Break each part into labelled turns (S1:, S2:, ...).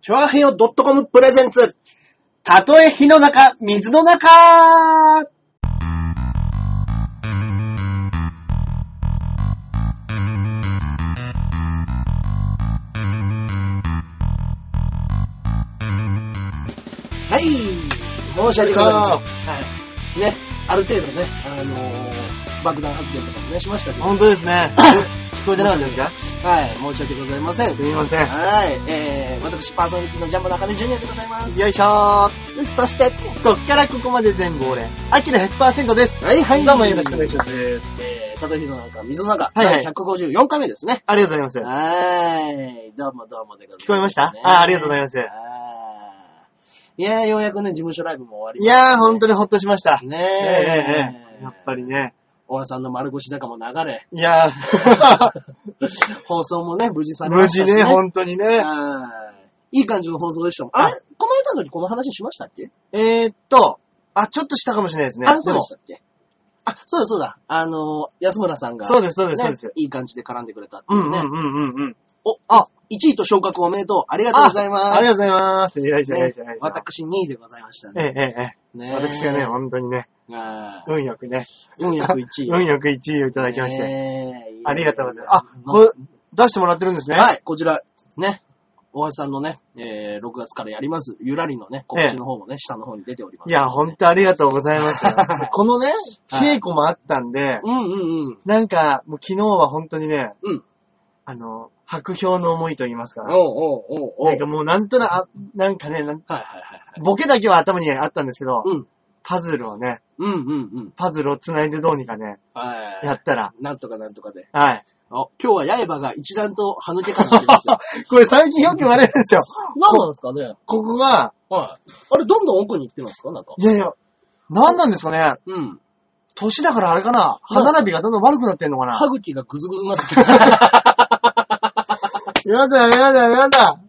S1: チョアヘヨ .com プレゼンツ。たとえ火の中、水の中はい。申し訳ございません。はい。ね、ある程度ね、あのー爆弾発言とかもね、しましたけど。
S2: 本当です ね。聞こえてなかったですか
S1: はい、申し訳ございません。
S2: すみません。
S1: はい、えー、私パーソナリティのジャンボ中根ジュニアでございます。
S2: よいしょー。
S1: そして、
S2: こっからここまで全部俺、アキラ100%です。
S1: はいはい
S2: どうもよろしくお願いします。
S1: えー、たとえ火の中、水の中、
S2: はいはい
S1: 第154回目ですね。
S2: ありがとうございます。
S1: はい、どうもどうもでございます、
S2: 聞こえましたあありがとうございます
S1: あーいやー、ようやくね、事務所ライブも終わり
S2: いやー、ほんとにほっとしました。
S1: ね
S2: ええ
S1: え
S2: ええやっぱりね。
S1: 大和さんの丸腰高も流れ、
S2: いやー、
S1: 放送もね、無事され
S2: 無
S1: ました
S2: 事
S1: し、
S2: ね、ほんとにね。
S1: はいいい感じの放送でしたもん。あれこの間の時この話しましたっけ
S2: えーっと、あ、ちょっとしたかもしれないですね。
S1: あ、そうで
S2: も
S1: したっけあ、そうだそうだ。あの、安村さんが、
S2: そうです、そうです、そうです。
S1: ねいい感じで絡んでくれたって
S2: う
S1: い
S2: んう
S1: うんね。
S2: うんうんうん。
S1: お、あ、1位と昇格おめでとう。ありがとうございます。
S2: ありがとうございます。いらっしゃい、いらっしゃい、いらっしゃい。
S1: 私2位でございました
S2: え
S1: ね。
S2: え、ええ、ええ。
S1: ね
S2: 私がね、ほんとにね、
S1: あー
S2: 運よくね、
S1: 401位。
S2: 運
S1: い
S2: よく1位をいた
S1: た
S2: だきまして。
S1: て
S2: ありがとうございます。あ、
S1: は
S2: こ出してもらってるんですね。
S1: いはい、こちら、ね。大橋さんのね、えー、6月からやります、ゆらりのね、告知の方もね、下の方に出ております。
S2: いや、ほんとありがとうございます。 このね、
S1: はい
S2: 稽古もあったんで、
S1: うんうんうん。
S2: なんか、もう昨日は本当にね、
S1: うん
S2: あの、白氷の思いと言いますか、
S1: おうおうおうおう。
S2: なんかもうなんとなく、あなんかねなん
S1: はいはいはい。
S2: ボケだけは頭にあったんですけど、
S1: うん
S2: パズルをね、
S1: うんうんうん。
S2: パズルを繋いでどうにかね、
S1: はい。
S2: やったら、
S1: なんとかなんとかで。
S2: はい。
S1: あ、今日は刃が一段と歯抜け感じです よ。
S2: これ最近よく言われるんです よ。
S1: 何なんですかね
S2: ここが、
S1: はい。あれ、どんどん奥に行ってますかなんか。
S2: いやいや、なんなんですかね、
S1: うん。
S2: 年だからあれかな、歯並びがどんどん悪くなってんのかな。
S1: 歯茎がグズグズになってきた。
S2: やだやだやだ。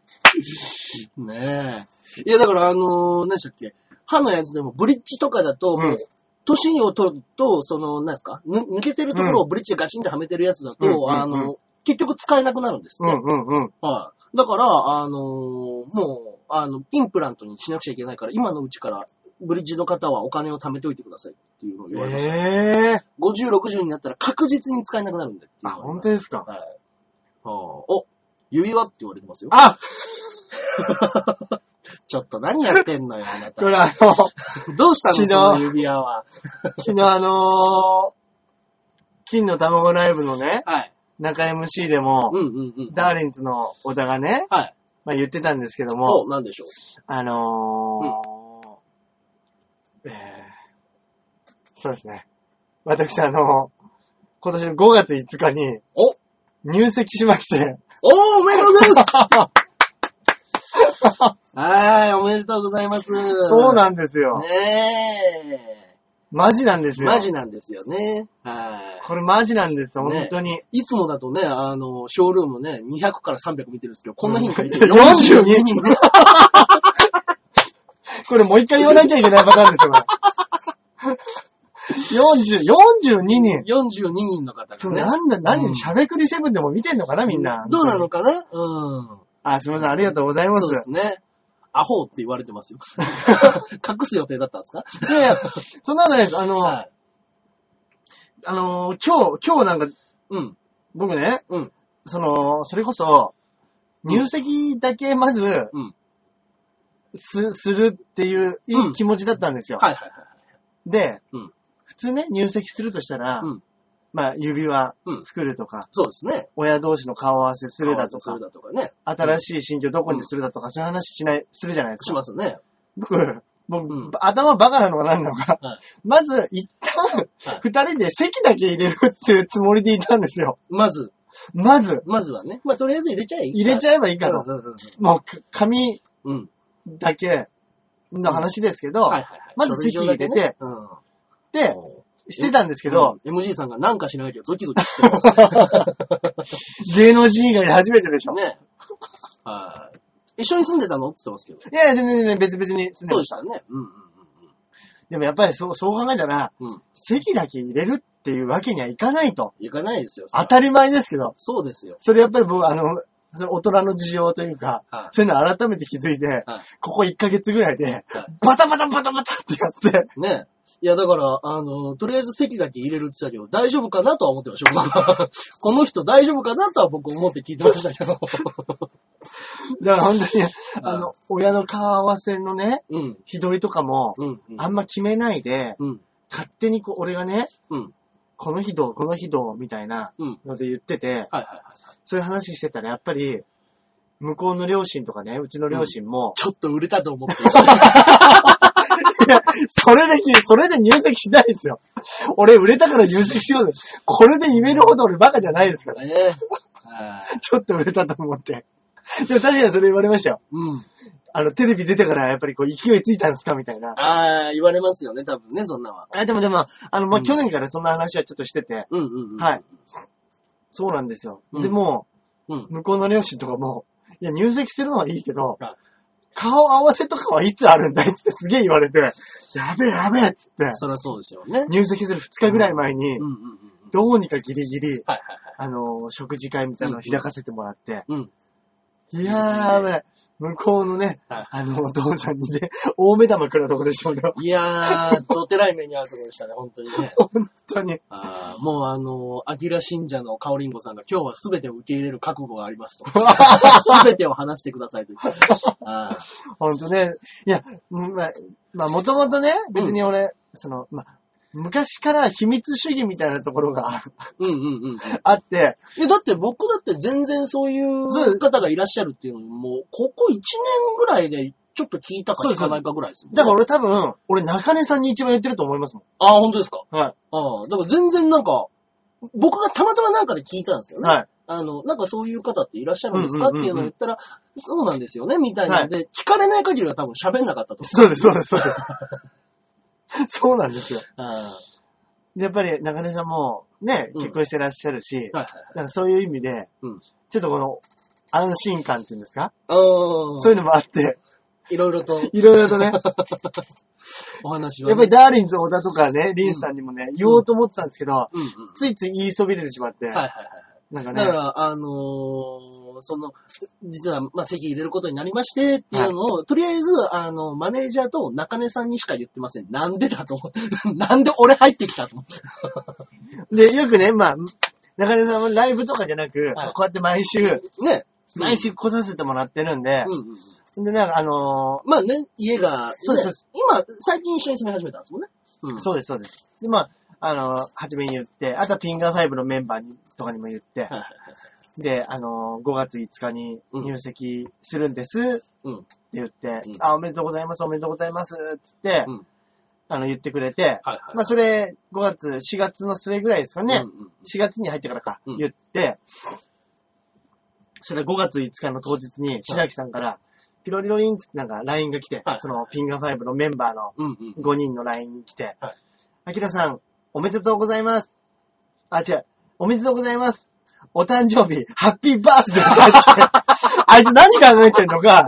S1: ねえ。 いや、だから、あのー、何でしたっけ歯のやつでも、ブリッジとかだと、
S2: うん
S1: 年を取ると、その、何ですかぬ抜けてるところをブリッジでガチンとはめてるやつだと、
S2: うんうんうん
S1: あの、結局使えなくなるんです
S2: う
S1: ね。
S2: んうんうん。
S1: はい。だから、あのーもう、あの、インプラントにしなくちゃいけないから、今のうちから、ブリッジの方はお金を貯めておいてくださいっていうのを言われました。
S2: ええ
S1: 50、60になったら確実に使えなくなるんでっていう
S2: あ、
S1: のが
S2: 本当ですか。
S1: はい。ああお、指輪って言われてますよ。
S2: あ、
S1: ちょっと何やってんのよ、あな
S2: これ
S1: た。
S2: あの、
S1: どうした
S2: 昨
S1: の
S2: 日
S1: その指輪は。
S2: 昨日あのー、金の卵ライブのね、
S1: はい。
S2: 中 MC でも、
S1: うんうんうん。
S2: ダーリンズの小田がね、
S1: はい。
S2: まあ、言ってたんですけど
S1: そ
S2: も、
S1: う、なんでしょう。
S2: あのー、えーそうですね。私あのー今年の5月5日に
S1: お
S2: 入籍しまして、
S1: おー、おめでとうございますはーい、おめでとうございます。
S2: そうんなんですよ。
S1: ね
S2: マジなんです
S1: え。
S2: よ。
S1: マジなんですよね。は
S2: これマジなんですよ、
S1: ね
S2: 本当に。
S1: い。いつもだとね、あの、ショールームね、200から300見てるんですけど、こんな日に限って
S2: 42
S1: 42人。
S2: これもう一回言わなきゃいけないパターンですよ、これ。40、42人。
S1: 42人の方がね。
S2: なんだ、
S1: うん
S2: 何、しゃべくりセブンでも見てんのかな、みんな。
S1: どうなのかなうん。
S2: あ、すみません、ありがとうございま。
S1: そうですすね。アホって言われて ますよ。隠す予定だったんですか
S2: いやいや、そんなことないです。あの、
S1: はい。
S2: あのー、今日、今日なんか、
S1: うん。
S2: 僕ね、
S1: うん
S2: その、それこそ、
S1: うん
S2: 入籍だけまず、
S1: うん
S2: す、するっていう、い
S1: うん
S2: い気持ちだったんですよ。
S1: はいはいはい。
S2: で、
S1: うん
S2: 普通ね、入籍するとしたら、
S1: うん
S2: まあ、指輪
S1: うん
S2: 作るとか、
S1: そうですね。
S2: 親同士の顔合わせするだと
S1: す
S2: か
S1: る、だとかね。
S2: 新しい新居どこにするだとか、そういう話しない、するじゃないです
S1: し
S2: か。
S1: ますね。
S2: 僕、僕、
S1: うん
S2: 頭バカなのか何なのか、
S1: は
S2: まず、一旦
S1: はい、
S2: 二人で席だけ入れるっていうつもりでいたんですよ。
S1: まず、
S2: まず、
S1: まずはね。まあ、とりあえず入れちゃえばいい。
S2: 入れち
S1: ゃ
S2: ゃえばいいか
S1: う
S2: と。
S1: んうんうん
S2: もう、か紙
S1: うん。うん。
S2: だけの話ですけど、
S1: はいはいはい。
S2: まず席入れて
S1: 書類上だけねうん。
S2: で、してたんですけど、
S1: うん、MG さんがなんかしないけどドキドキしてる。
S2: 芸能人以外で初めてでしょ。
S1: ね。 はい。一緒に住んでたのって言ってますけど。
S2: いやいや、全然全然別々に住んで
S1: そう
S2: まし
S1: でしたね。うんうん
S2: でもやっぱりそう、そう考えたら、
S1: うん。うん。
S2: 席だけ入れるっていうわけにはいかないと。
S1: 行かないですよ。
S2: 当たり前ですけど、
S1: そうですよ。
S2: それやっぱり僕、あの、それ大人の事情というか、
S1: はい
S2: そういうの改めて気づいて、
S1: はい
S2: ここ1ヶ月ぐらいで
S1: は、
S2: バタバタバタバタってやって、
S1: ねいや、だから、あの、とりあえず席だけ入れるって言ってたけど、大丈夫かなとは思ってました、僕は。この人大丈夫かなとは僕思って聞いてましたけ
S2: だ
S1: ど。
S2: から本当に、あの、親の顔合わせのね、
S1: うん、
S2: 日取りとかも、
S1: うん、うん
S2: あんま決めないで、
S1: うん、
S2: 勝手にこう、俺がね、
S1: うん、
S2: この日どう、この日どう、みたいな
S1: うん。
S2: ので言ってて、
S1: はいはいはい。
S2: そういう話してたら、やっぱり、向こうの両親とかね、うちの両親も、
S1: ちょっと売れたと思って
S2: それでき、それで入籍しないですよ。俺売れたから入籍しようです。これで言えるほど俺バカじゃないですから。
S1: ね。はい。
S2: ちょっと売れたと思って。でも確かにそれ言われましたよ。
S1: うん。
S2: あの、テレビ出てからやっぱりこう勢いついたんですかみたいな。
S1: ああ、言われますよね、多分ね、そんなんは。
S2: あでもでも、あの、まあ、
S1: うん
S2: 去年からそんな話はちょっとしてて、
S1: うんうんうん。
S2: はい。そうなんですよ。
S1: うん
S2: でも、
S1: うん。
S2: 向こうの両親とかも、いや、入籍するのはいいけど
S1: はい、
S2: 顔合わせとかはいつあるんだいっつってすげえ言われて、やべえやべえっつって、
S1: そりゃそうですよね。
S2: 入籍する2日ぐらい前に
S1: うん、うんうんうん。
S2: どうにかギリギリ、
S1: はいはいはい。
S2: あの、食事会みたいなのを開かせてもらって、
S1: うん。
S2: いやー、ね、向こうのね、
S1: はい
S2: あの、お父さんにね、大目玉くらとこでしたけど、
S1: いやー、どてらい目に遭うところでしたね、本当に ね。
S2: 本当に。
S1: あーもうあの、アキラ信者のカオリンゴさんが今日は全てを受け入れる覚悟があり ますと。全てを話してくださいと言って。あー
S2: 本当ね。いや、うんまあ、まあ、もともとね、別に俺、その、まあ、昔から秘密主義みたいなところが
S1: うんうんうんうん。
S2: あって、
S1: え、だって僕だって全然そういう方がいらっしゃるっていうのも、もうここ1年ぐらいでちょっと聞いたか聞かないかぐらいですもんね、
S2: だから俺多分、俺中根さんに一番言ってると思いますも
S1: ああ、本当ですか
S2: ん。は
S1: ああ、だから全然なんか、僕がたまたまなんかで聞いたんですよ
S2: い。
S1: ね。
S2: はい。
S1: あの、なんかそういう方っていらっしゃるんですかっ
S2: うんうんうん
S1: て
S2: うん
S1: いうのを言ったら、そうなんですよね、みたいなので、聞かれない限りは多分喋んなかったと
S2: そうです、そうです、そうです。そうなんです よ。
S1: 思う。あ
S2: でやっぱり中根さんも、ね、結婚してらっしゃるし、
S1: あはいはいはい。
S2: なんかそういう意味で、
S1: うん
S2: ちょっとこの、安心感っていうんですか、
S1: うん。
S2: そういうのもあって、
S1: いろいろ と
S2: いろいろと ね、
S1: お話は、
S2: やっぱりダーリンズ小田とかね、リンスさんにもね、言おうと思ってたんですけど、
S1: うんうん。
S2: ついつい言いそびれてしまって、
S1: はいはいはい。
S2: なんか
S1: だか
S2: ね、
S1: ら、あのーその、実は、まあ、席入れることになりまして、っていうのを、とりあえず、あの、マネージャーと中根さんにしか言ってません。なんでだと思って。 なんで俺入ってきたと思って。
S2: で、よくね、まあ、中根さんはライブとかじゃなく、
S1: はい
S2: こうやって毎週、
S1: ね。
S2: 毎週来させてもらってるんで
S1: う、んうんうん。
S2: で、なんかあの
S1: まあね、家が、ね
S2: そうですそうです
S1: 今、最近一緒に住み始めたんですもんね。う
S2: ー
S1: ん。
S2: そうです、そうです。で、まあ、あのー初めに言って、あとはピンガー5のメンバーにとかにも言って、
S1: はいはい
S2: で、あのー5月5日に入籍するんです、
S1: うん。
S2: って言って、
S1: うん
S2: あ、おめでとうございます、おめでとうございます、つって、
S1: うん
S2: あの、言ってくれて、
S1: はいはい。
S2: まあ、それ、5月、4月の末ぐらいですかね、
S1: うんうん
S2: 4月に入ってからか、
S1: うん
S2: 言って、それ5月5日の当日に、白木さんから、ピロリロリンつってなんか LINE が来て、
S1: はい
S2: そのピンガー5のメンバーの
S1: うんうん。
S2: 5人の LINE 来て
S1: はい、
S2: アキラさん、おめでとうございます。あ、違う、おめでとうございます。お誕生日、ハッピーバースデーって書い てあって、あいつ何考えてんのか、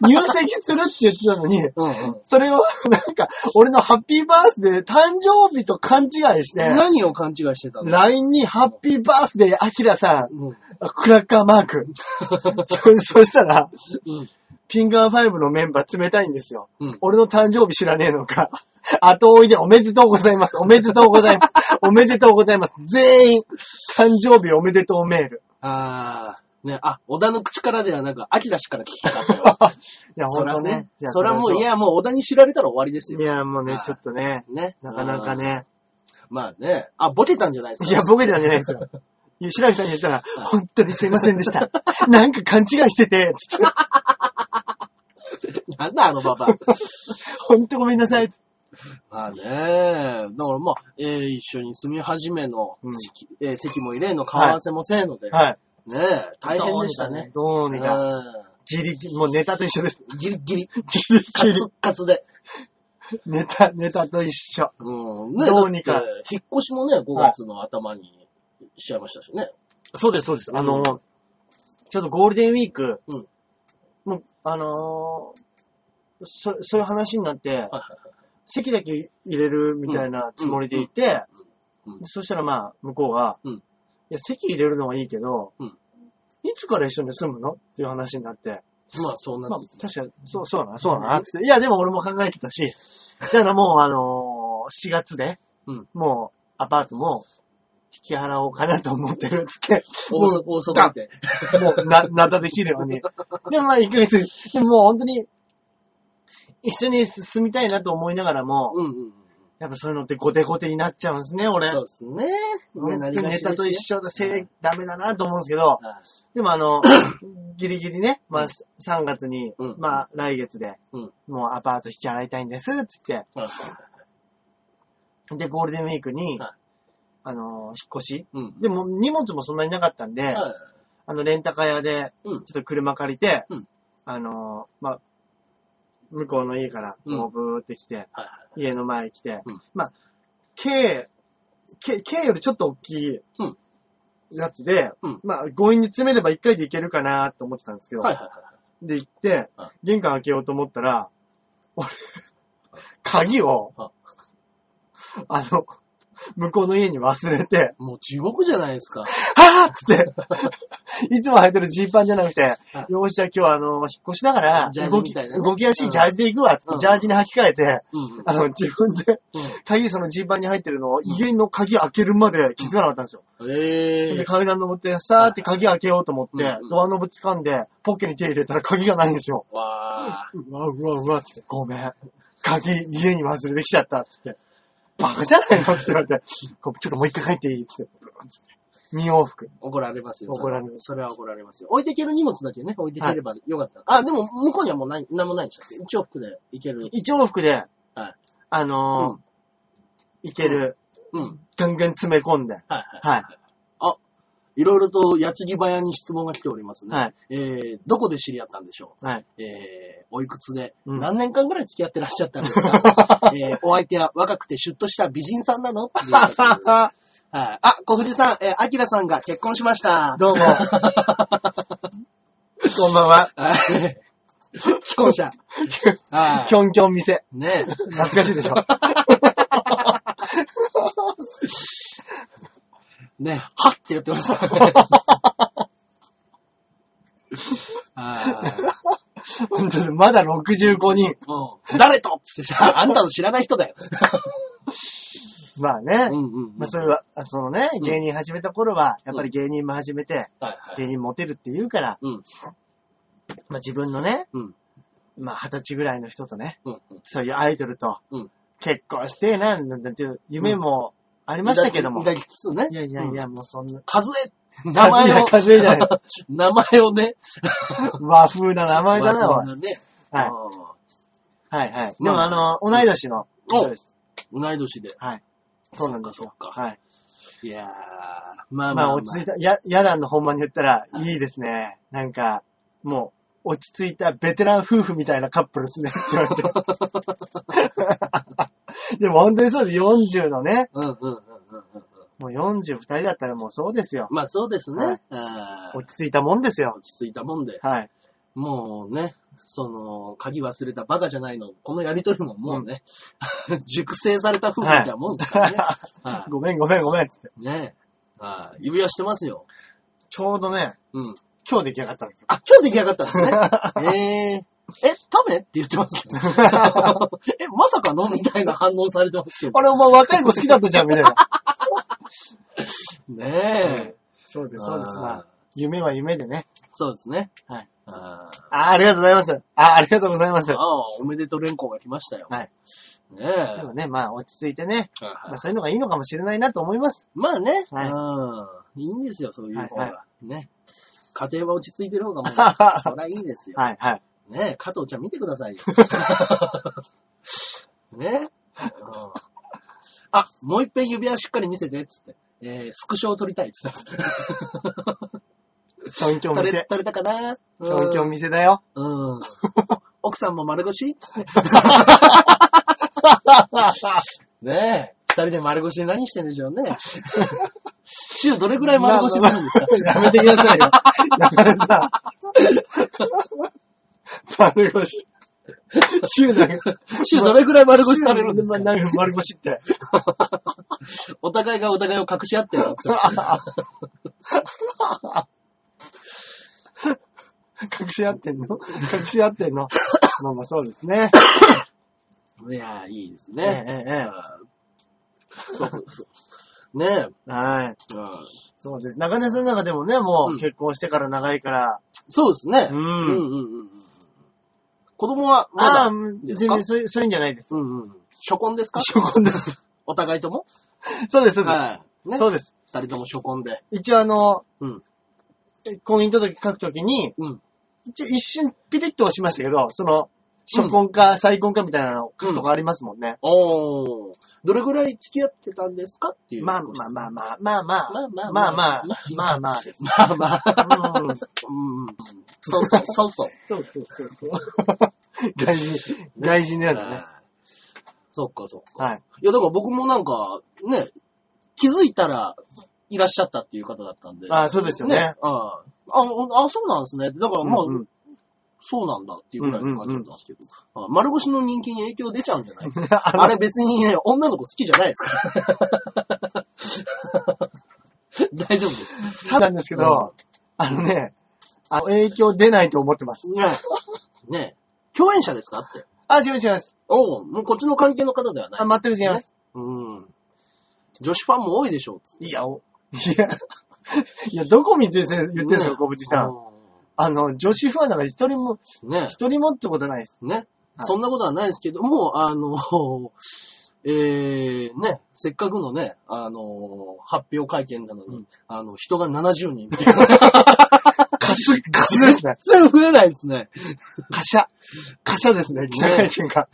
S2: 入籍するって言ってたのに、
S1: うんうん。
S2: それを、なんか、俺のハッピーバースデー、誕生日と勘違いして、
S1: 何を勘違いしてたの
S2: LINE にハッピーバースデー、アキラさん、
S1: うん。
S2: クラッカーマー ク。そ、そしたら、
S1: うん。
S2: ピンガー5のメンバー冷たいんですよ。
S1: うん
S2: 俺の誕生日知らねえのか。 後追いでおめでとうございます。おめでとうございます。 おめでとうございます。全員、誕生日おめでとうメール。
S1: あー。ね、あ、小田の口からではなく、秋田氏から聞きたかったよ。
S2: いや、ほ
S1: そ
S2: ん
S1: ら
S2: と
S1: ね
S2: ね。い。や
S1: そらもう、い
S2: い
S1: や、もう小田に知られたら終わりですよ。
S2: や、もうね
S1: はい、
S2: ちょっとね、
S1: ね。
S2: なかなかね。
S1: あー。まあね。あ、ボケたんじゃないですか。
S2: いや、ボケてたんじゃないですよ。いや白木さんに言ったら、本当にすいませんで した。なんか勘違いしてて、つって、
S1: なんだ、あのババア。
S2: 本当ごめんなさい、つって。
S1: まあね。だからまあ、えー一緒に住み始めの、
S2: うん
S1: 席えー席も入れんの、顔合わせもせえので。
S2: はい。
S1: ねえ、大変でしたね。
S2: どう
S1: う
S2: に
S1: ん
S2: か。ギリギリ、もうネタと一緒です。
S1: ギリギリ、
S2: ギ リ
S1: カ
S2: ギリ。
S1: ツカツで。
S2: ネタ、ネタと一緒。
S1: うん。ね
S2: どうにか
S1: だって引っ越しもね、5月の頭にしちゃいましたしね。
S2: そうです、そうです。あ
S1: う
S2: の、ちょっとゴールデンウィーク、
S1: うん
S2: もう、あのーそ、そういう話になって、
S1: はい
S2: 席だけ入れるみたいなつもりでいて、
S1: うんうんうん
S2: そしたらまあ、向こうが、
S1: うん
S2: いや、席入れるのはいいけど、
S1: うん
S2: いつから一緒に住むのっていう話になって。
S1: まあ、そうな
S2: まあ
S1: って、、
S2: 確かに、そう、そうだな、そうだな、つって。いや、でも俺も考えてた し、だからもう、あのー4月で、
S1: うん
S2: もう、アパートも、引き払おうかなと思ってる、つって。
S1: 大そ大そばで。
S2: もう、な、なたできるよう に。でもまあ、1ヶ月、でももう本当に、一緒に住みたいなと思いながらも、
S1: うんうん。
S2: やっぱそういうのってゴテゴテになっちゃうんですね、俺。
S1: そうですね。
S2: 本当にネタと一
S1: 緒。
S2: 緒だ、せい、ダメだなと思うんですけど、
S1: はい
S2: でもあ の、ギリギリね、まあ3月に、
S1: うん
S2: まあ来月で、
S1: うん
S2: もうアパート引き払いたいんです、つって。
S1: はい
S2: で、ゴールデンウィークに、
S1: はい
S2: あの、引っ越し。
S1: うん。
S2: でも荷物もそんなになかったんで、
S1: はい
S2: あの、レンタカー屋で、ち
S1: う
S2: ょ
S1: ん
S2: っと車借りて、
S1: うん
S2: あの、まあ、向こうの家から、
S1: うん
S2: こう、ブーって来て、
S1: はい
S2: 家の前来て、
S1: うん
S2: まあ、K、K、K よりちょっと大きい
S1: うん
S2: やつで、
S1: うん
S2: まあ、強引に詰めれば一回でいけるかなと思ってたんですけど、
S1: はいはいはい。
S2: で、行って
S1: うん、
S2: 玄関開けようと思ったら、俺、鍵を
S1: うん、
S2: あの、向こうの家に忘れて、
S1: もう地獄じゃないですか。
S2: はぁっつって、いつも履いて るジーパンじゃなくて、
S1: はい
S2: よーし、じゃあ今日あの、引っ越しだから、
S1: ジャージ
S2: 動
S1: み
S2: き、
S1: たいなね
S2: 動きやすいジャージで行くわ、つっ
S1: う
S2: て、
S1: ん
S2: ジャージに履き替えて、
S1: うんうん。
S2: あの、自分で、鍵そのジーパンに入ってるのを、家の鍵開けるまで気づかなかったんですよ。
S1: うんえ
S2: で、
S1: え。
S2: 階段登って、さーって鍵開けようと思って
S1: う、ん
S2: ドアノブ掴んで、ポッケに手入れたら鍵がないんですよ。
S1: わあ。
S2: うわ、うわ、うわ、つって、ごめん。鍵、家に忘れてきちゃった、つって。バカじゃないのつって言われて、こうちょっともう一回入っていいつって、ブーンつって。身往復。
S1: 怒られますよ。そ
S2: 怒られる
S1: それは怒られますよ。置いていける荷物だけね、置いていければよかった。あ、でも、向こうにはもう何何もないんでしたっけ一往復でいける。
S2: 一往復で、
S1: はい
S2: あのーいける、
S1: うん。はい
S2: ガンガン詰め込んで、
S1: はい。
S2: はい。
S1: いろいろと、矢継ぎ早に質問が来ておりますね。
S2: はい
S1: えー、どこで知り合ったんでしょ
S2: はい。
S1: うえー、おいくつで、
S2: うん
S1: 何年間ぐらい付き合ってらっしゃったんです かえー、お相手は若くてシュッとした美人さんなのっていうことではい。あ、小藤さん、えー、アキラさんが結婚しました。
S2: どう も。こんばんは。
S1: はい既婚者。は
S2: キョンキョン店。
S1: い。ねえ。
S2: 懐かしいでしょ。
S1: ね、はっって言ってました からね
S2: 本当にまだ65人。
S1: うん誰とっつってああんたの知らない人 だよ。
S2: まあね。
S1: うんうんうん
S2: まあそういうわ、あそのね、
S1: ん
S2: 芸人始めた頃は、やっぱり芸人も始めて、
S1: はいはい
S2: 芸人モテるって言うから、
S1: うん
S2: まあ自分のね、
S1: うん
S2: まあ二十歳ぐらいの人とね、
S1: うんうん
S2: そういうアイドルと
S1: うん、
S2: 結婚して、なんなんていう夢もありましたけども。
S1: 抱きつつね。
S2: いやいやいや、もうそんな。
S1: 数え、名前を、
S2: 数えじゃない。
S1: 名前をね。
S2: 和風な 名前だな、おい。
S1: 我々ね。
S2: はい。
S1: い。
S2: はいはい。で
S1: まあ
S2: もあの、同い年の人です。
S1: 同い年で。
S2: はい。そうなんですよ。
S1: そっかそっか
S2: はい。
S1: いやー、まあま
S2: ま
S1: あ
S2: あ落ち着いた、や、やだんの本番に言ったら、いいですね。なんか、もう、落ち着いたベテラン夫婦みたいなカップル ですねって言われて。でも本当にそうです。40のね、
S1: うんうんうんうんうんうん。
S2: もう42人だったらもうそうですよ。
S1: まあそうです
S2: は
S1: ね
S2: い。
S1: あー
S2: 落ち着いたもんですよ
S1: 落。ち着いたもんで。
S2: はい。
S1: もうね、その、鍵忘れたバカじゃないの、このやりとりももうね、 熟成された夫婦みたいなもんで すからね。は
S2: ごめんごめんごめんっつって。
S1: い。ねはい指輪してますよ。
S2: ちょうどね、
S1: うん。
S2: 今日出来上がったんですよ。
S1: あ、今日出来上がったんですね。えー、え、食べって言ってま すけど。え、まさかのみたいな反応されてます けど。
S2: あれお前若い子好きだったじゃん、みたいな。
S1: ねえ。
S2: そうです、そうです。
S1: あー
S2: まあ、夢は夢でね。
S1: そうですね。
S2: はい。
S1: あー
S2: あーありがとうございます。あーありがとうございます。
S1: ああ、おめでとう連行が来ましたよ。
S2: はい。
S1: ねえ。
S2: でもね、まあ、落ち着いてね、
S1: はい
S2: まあ、そういうのがいいのかもしれないなと思います。
S1: まあね、
S2: はい
S1: うん。いいんですよ、そういう方が。
S2: はい
S1: ね。家庭は落ち着いてる方がもう、そりゃいいですよ。
S2: はい、はい。
S1: ね加藤ちゃん見てください よ。ね、うんあ、もう一遍指輪しっかり見せて、つって。えー、スクショを撮りたいっつって
S2: キョンキョン
S1: 撮れ、
S2: 店。
S1: 撮れたかな
S2: キョンキョ
S1: ン。
S2: ン店だよ。
S1: うん。奥さんも丸腰つって。ねえ。二人で丸腰で何してんでしょう ね。週どれぐらい丸腰するんですか
S2: やめてくだ さいよ。だからさ、丸腰。週なんか、
S1: 週どれぐらい丸腰されるんですか
S2: なんか丸腰って。
S1: お互いがお互いを隠し合ってるんですよ。
S2: 隠し合ってんの隠し合ってんのまあまあそうですね。
S1: いやー、いいです
S2: え
S1: ね。
S2: えええ
S1: あーそうそう。ねえ。
S2: はい。
S1: あー
S2: そうです。中根さんなんかでもね、も
S1: う
S2: うん結婚してから長いから。
S1: そうですね。
S2: うん
S1: うんうんうん。子供はま
S2: ああ、
S1: だ、
S2: 全
S1: ですか
S2: 然そういう、そういうんじゃないです。
S1: うんうん。初婚ですか
S2: 初婚です。
S1: お互いとも
S2: そうです、そうです。
S1: はい。ね。
S2: そうです。
S1: 二人とも初婚で。
S2: 一応あの、
S1: うん
S2: 婚姻届書くときに、
S1: うん
S2: 一応一瞬ピリッと押しましたけど、その、初婚か再婚かみたいなの書くとこありますもんね。
S1: おー。どれぐらい付き合ってたんですかっていう。
S2: まあまあまあまあ、まあまあ、
S1: まあま
S2: ま
S1: あ
S2: あまあ、まあまあです。
S1: まあまあ。
S2: うん
S1: うんうん。そうそう、そうそう。
S2: そうそうそうそう。外人、外人なんだね。
S1: そっかそっか。
S2: はい。
S1: いや、だから僕もなんか、ね、気づいたらいらっしゃったっていう方だったんで。
S2: ああ、そうですよね。
S1: あああ、あ、そうなんですね。だからまあ、
S2: うんうん
S1: そうなんだっていうぐらいの感じだったんですけど、あ丸腰の人気に影響出ちゃうんじゃない
S2: あの
S1: あれ別にね、女の子好きじゃないですから。 大丈夫です。
S2: ただなんですけど、あのね、あの影響出ないと思ってます。
S1: ねえ。ねえ共演者ですかって。
S2: あ、違う違います。
S1: おう、もうこっちの関係の方ではない。
S2: あ、全く違います。
S1: うん。女子ファンも多いでしょう、つって
S2: いや、おいや、いや、どこ見て言ってんすか、小渕さん。
S1: う
S2: あの、女子ファンなんか一人も、
S1: んね
S2: 一人もってことないです。
S1: え。ね。そんなことはないですけども、あの、 えー、ね、せっかくのね、あの、発表会見なのに、
S2: うん
S1: あの、人が70人みたいな。
S2: カ ス、カスですね。
S1: 全然増えないですね。
S2: カシャ。カシャですね、記者会見が。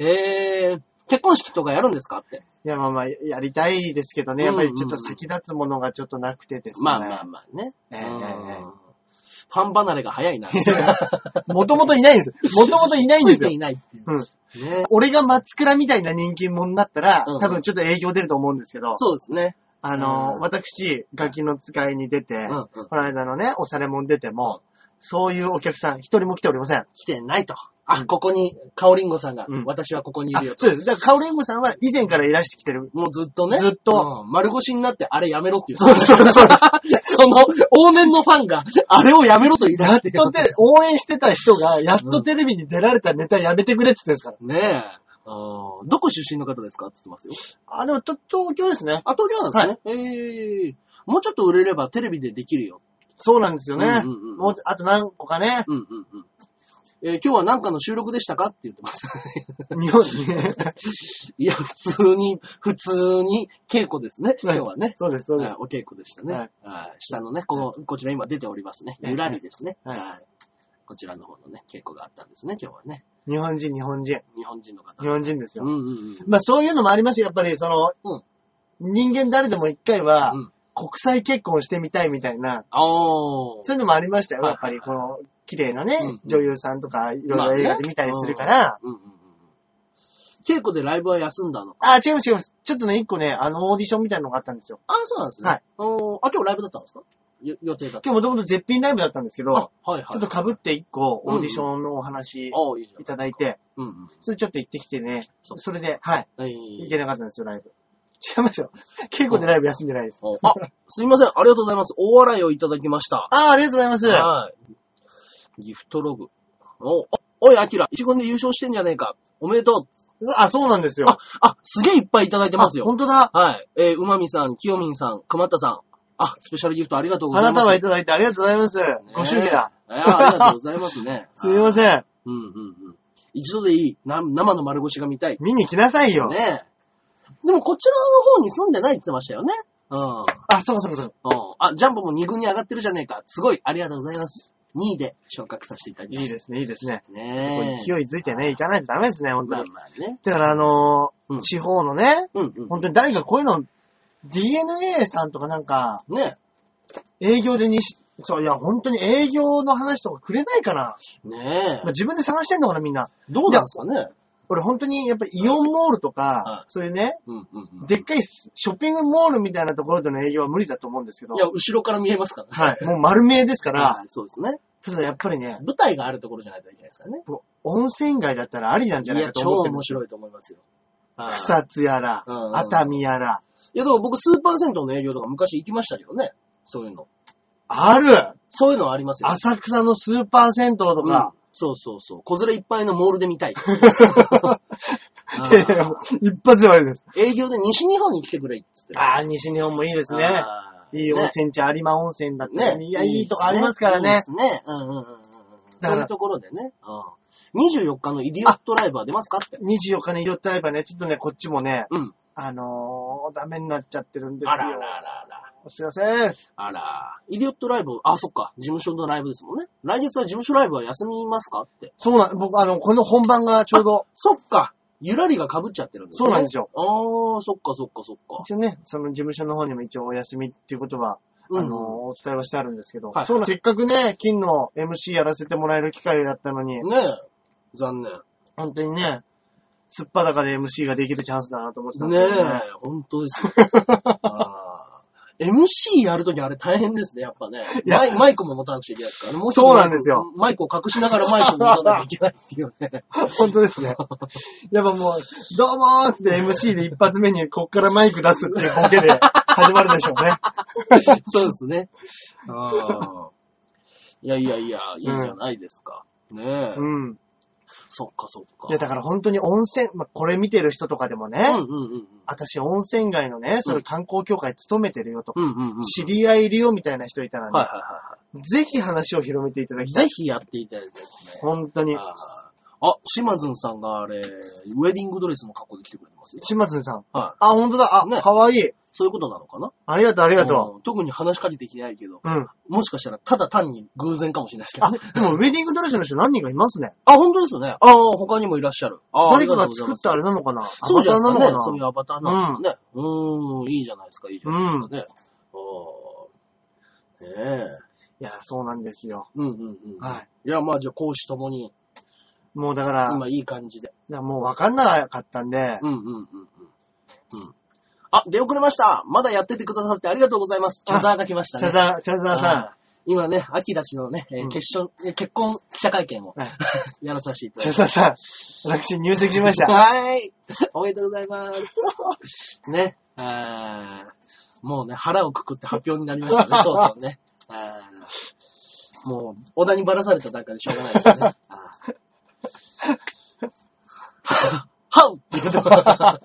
S1: えー、結婚式とかやるんですかって。
S2: いや、まあまあ、やりたいですけどね、やっぱりちょっと先立つものがちょっとなくてですね。
S1: まあまあまあね。
S2: ええ
S1: うん
S2: ええええ
S1: ファン離れが早いな。つ
S2: もともといないん です。もともといないんで
S1: い
S2: す
S1: て
S2: よ。
S1: いないっていう。
S2: うん
S1: ね、
S2: 俺が松倉みたいな人気者になったら
S1: うんうん、
S2: 多分ちょっと影響出ると思うんですけど、
S1: そうですね。
S2: あの
S1: う
S2: ー、
S1: ん
S2: 私、ガキの使いに出て、
S1: うんうん。
S2: この間のね、おされもん出ても、そういうお客さん一人も来ておりません。あ、
S1: 来てないと。あ、ここに、カオリンゴさんが、
S2: うん
S1: 私はここにいるよと。
S2: そうです。だから、カオリンゴさんは以前からいらしてきてる。
S1: もうずっとね。
S2: ずっと
S1: うん丸腰になってあれやめろっていう。
S2: そうそうそう。
S1: その、往年のファンが、あれをやめろと言い出
S2: やっ
S1: して
S2: とテレ、応援してた人が、やっとテレビに出られたネタやめてくれって言ってんですから。
S1: ねえ。あーどこ出身の方ですかって言ってますよ。
S2: あ、でも、と東京ですね。
S1: あ、東京なんですね。ええもうちょっと売れればテレビでできるよ。
S2: そうなんですよね。
S1: うんうんうん
S2: もう、あと何個か ね。
S1: うんうんうん。えー今日は何かの収録でしたかって言ってます。
S2: 日本に。
S1: いや、普通に、普通に稽古ですね。今日はね。
S2: そうです、そうです
S1: はい。お稽古でしたね。
S2: はい
S1: はい下のね、この、こちら今出ておりますね。ゆらりですね。
S2: はい
S1: はいこちらの方のね、稽古があったんですね、今日はね。
S2: 日本人、日本人。
S1: 日本人の方
S2: 日。本人です
S1: う
S2: よ。
S1: んうんうん。
S2: まあ、そういうのもありますよ。やっぱり、その、
S1: うん
S2: 人間誰でも一回は、
S1: うん
S2: 国際結婚してみたいみたいな、
S1: おー
S2: そういうのもありましたよ。
S1: はい
S2: やっぱり、この、綺麗なね、
S1: うん
S2: 女優さんとか、いろ
S1: まあ
S2: いろ
S1: ね
S2: 映画で見たりするから、
S1: うんうんうん。稽古でライブは休んだの。
S2: あ、違います、違います。ちょっとね、一個ね、あの、オーディションみたいなのがあったんですよ。
S1: あ、そうなんですね。
S2: はい
S1: おーあ、今日ライブだったんですかよ予定だった。
S2: 今日もともと絶品ライブだったんですけど、
S1: あ、はいはい。
S2: ちょっと被って一個、オーディションのお話
S1: あいいじゃん。
S2: いただいて、
S1: うんうん。
S2: それちょっと行ってきてね、
S1: そう
S2: それで、はい、
S1: え
S2: 行
S1: ー
S2: けなかったんですよ、ライブ。違いますよ。稽古でライブ休んでないです。
S1: おあ、すいません。ありがとうございます。大笑いをいただきました。
S2: ああ、ありがとうございます。
S1: はい。ギフトログ。お、おい、アキラ、一軍で優勝してんじゃねえか。おめでとう。
S2: あ、そうなんですよ。
S1: あ、あ、すげえいっぱいいただいてま
S2: あ
S1: すよ。
S2: 本当だ。
S1: はい。えー、うまみさん、きよみんさん、くまったさん。あ、スペシャルギフトありがとうご
S2: あ
S1: ざ
S2: な
S1: いま
S2: た
S1: す。
S2: はいただいてありがとうございます。
S1: ね
S2: ご祝儀だ。
S1: いやありがとうございますね
S2: 。すいま
S1: ん。
S2: せん。
S1: うんうんうん。一度でいい。な生の丸腰が見たい。
S2: 見に来なさいよ。
S1: ねえ。でもこちらの方に住んでないって言ってましたよね。うん。うん。
S2: あ、そうかそうかそうか。
S1: あ、ジャンボも2軍に上がってるじゃねえか。すごい。ありがとうございます。2位で昇格させていただきま
S2: いい
S1: し
S2: ですね、いいですね。
S1: た。ねえ。
S2: 勢いづいてね、行かないとダメですね、本当
S1: まあ
S2: に。
S1: まあね。
S2: だからあのー
S1: うん
S2: 地方のね、
S1: うんうん。
S2: 本当に誰かこういうの、DNA さんとかなんか、
S1: ね
S2: 営業でにし、そう、いや、本当に営業の話とかくれないかな。
S1: え。ね
S2: まあ
S1: え。
S2: 自分で探してんのかな、みんな。
S1: どうなんですかね。
S2: 俺本当に、やっぱりイオンモールと
S1: は
S2: か
S1: い、
S2: そういうね、
S1: うんうんうん。
S2: でっかいショッピングモールみたいなところでの営業は無理だと思うんですけど
S1: い、や、後ろから見えますから
S2: は
S1: ね。
S2: い。もう丸見えですから、
S1: はいそうですね。
S2: ただやっぱりね、
S1: 舞台があるところじゃないといけないですからね。
S2: 僕温泉街だったらありなんじゃ
S1: い
S2: ない
S1: や、
S2: かと
S1: 超
S2: 思ってる
S1: 面。白いと思いますよ。はい
S2: 草津やら
S1: うんう、ん
S2: 熱海やら。
S1: いや、だから僕、スーパー銭湯の営業とか昔行きましたけどね。そういうの。
S2: ある
S1: そういうのはありますよ。
S2: 浅草のスーパー銭湯と
S1: うん
S2: か、
S1: そうそうそう。子連れいっぱいのモールで見 たい。あ
S2: いやいや
S1: ー
S2: もう一発で終わりです。
S1: 営業で西日本に来てくれっつってる。
S2: ああ、西日本もいいですね。
S1: あー
S2: いい温泉地、有馬温泉だった
S1: ね。
S2: り
S1: ね
S2: いや、いいとこありますから
S1: いいで
S2: ね。
S1: すね。うんうんうんうんうん。
S2: だ
S1: そ
S2: から
S1: ういうところでね。うん、24日のイディオットライバー出ますかって。
S2: 24日に寄ってあればね、ちょっとね、こっちもね、
S1: うん。
S2: あのー、ダメになっちゃってるんですよ。
S1: あらららら。
S2: すいません。
S1: あら。イディオットライブ、あ、そっか。事務所のライブですもんね。来月は事務所ライブは休みますかって。
S2: そうなん、僕、あの、この本番がちょうど、
S1: そっか。ゆらりが被っちゃってるんですね。
S2: そうなんですよ。
S1: あー、そっかそっかそっか。
S2: 一応ね、その事務所の方にも一応お休みっていうことは、
S1: うん
S2: あのー、お伝えはしてあるんですけど、
S1: はい
S2: そうなんせっかくね、金の MC やらせてもらえる機会だったのに、
S1: ねえ。残念。
S2: 本当にね、すっぱだかで MC ができるチャンスだなと思ってたん
S1: ね
S2: ですけど
S1: え、本当 ですよ。あー MC やるときあれ大変ですね、やっぱね。
S2: いや
S1: マイマイクも持たなくちゃいけないですからね。も一つ
S2: そうなんですよ。
S1: マイクを隠しながらマイクも持たなきゃいけないっていうね。
S2: 本当ですね。 やっぱもう、どうもーっつって MC で一発目に こっからマイク出すっていうボケで 始まるでしょうね。
S1: そうですね。あーいやいやいや、いいじゃないですか。ねえ、
S2: うん。
S1: そっかそっか。
S2: いや、だから本当に温泉、まあ、これ見てる人とかでもね、
S1: うんうんうん。
S2: 私温泉街のね、それ観光協会勤めてるよとか、
S1: うんうんうん。
S2: 知り合いいるよみたいな人いたらね、
S1: はいはいは
S2: ぜひ話を広めていただ
S1: い。
S2: きたい。
S1: ぜひやっていただいてですね。
S2: 本当に。
S1: あーあ、島津さんがあれ、ウェディングドレスの格好で来てくれてますよ。
S2: 島津さん。
S1: はい。
S2: あ、本当だ。あ、
S1: ね
S2: かわいい。
S1: そういうことなのかな
S2: ありがとう、ありがと
S1: うん特に話しかけてきてないけど、
S2: う。うん。
S1: もしかしたらただ単に偶然かもしれないですけど
S2: あ
S1: ね。、
S2: でもウェディングドレスの人何人かいますね。
S1: あ、本当ですね。ああ、他にもいらっしゃる。ああ、
S2: 誰かが作ったあ
S1: り
S2: れなのかな
S1: がとうございますそうじゃない
S2: アバター
S1: ですかね。そういうアバターなんですかね。うーん、いいじゃないですか、いいじゃないですかね。うん。ねえ。
S2: いや、そうなんですよ。
S1: うんうんうん。。
S2: はい
S1: いや、まあじゃあ、講師ともに、
S2: もうだから、だか
S1: 今いい感じで。
S2: らもう分かんなかったんで、
S1: うんうんうんうん。うん。あ、出遅れました。まだやっててくださってありがとうございます。チャザーが来ました
S2: チャ
S1: ね。
S2: ザー、チャザーさ
S1: あー今ね、秋田氏のね、えー
S2: うん
S1: 決勝、えー結婚記者会見を
S2: ん。はい
S1: やらさせていただ
S2: チ
S1: い
S2: ャ
S1: て。
S2: ザーさん、私入籍しました。
S1: はーい。おめでとうございます。 ね。あーもうね、腹をくくって発表になりました ね、とうとうね。あーもう、小田にばらされた段階でしょうがないですね。あーはうって言うとこ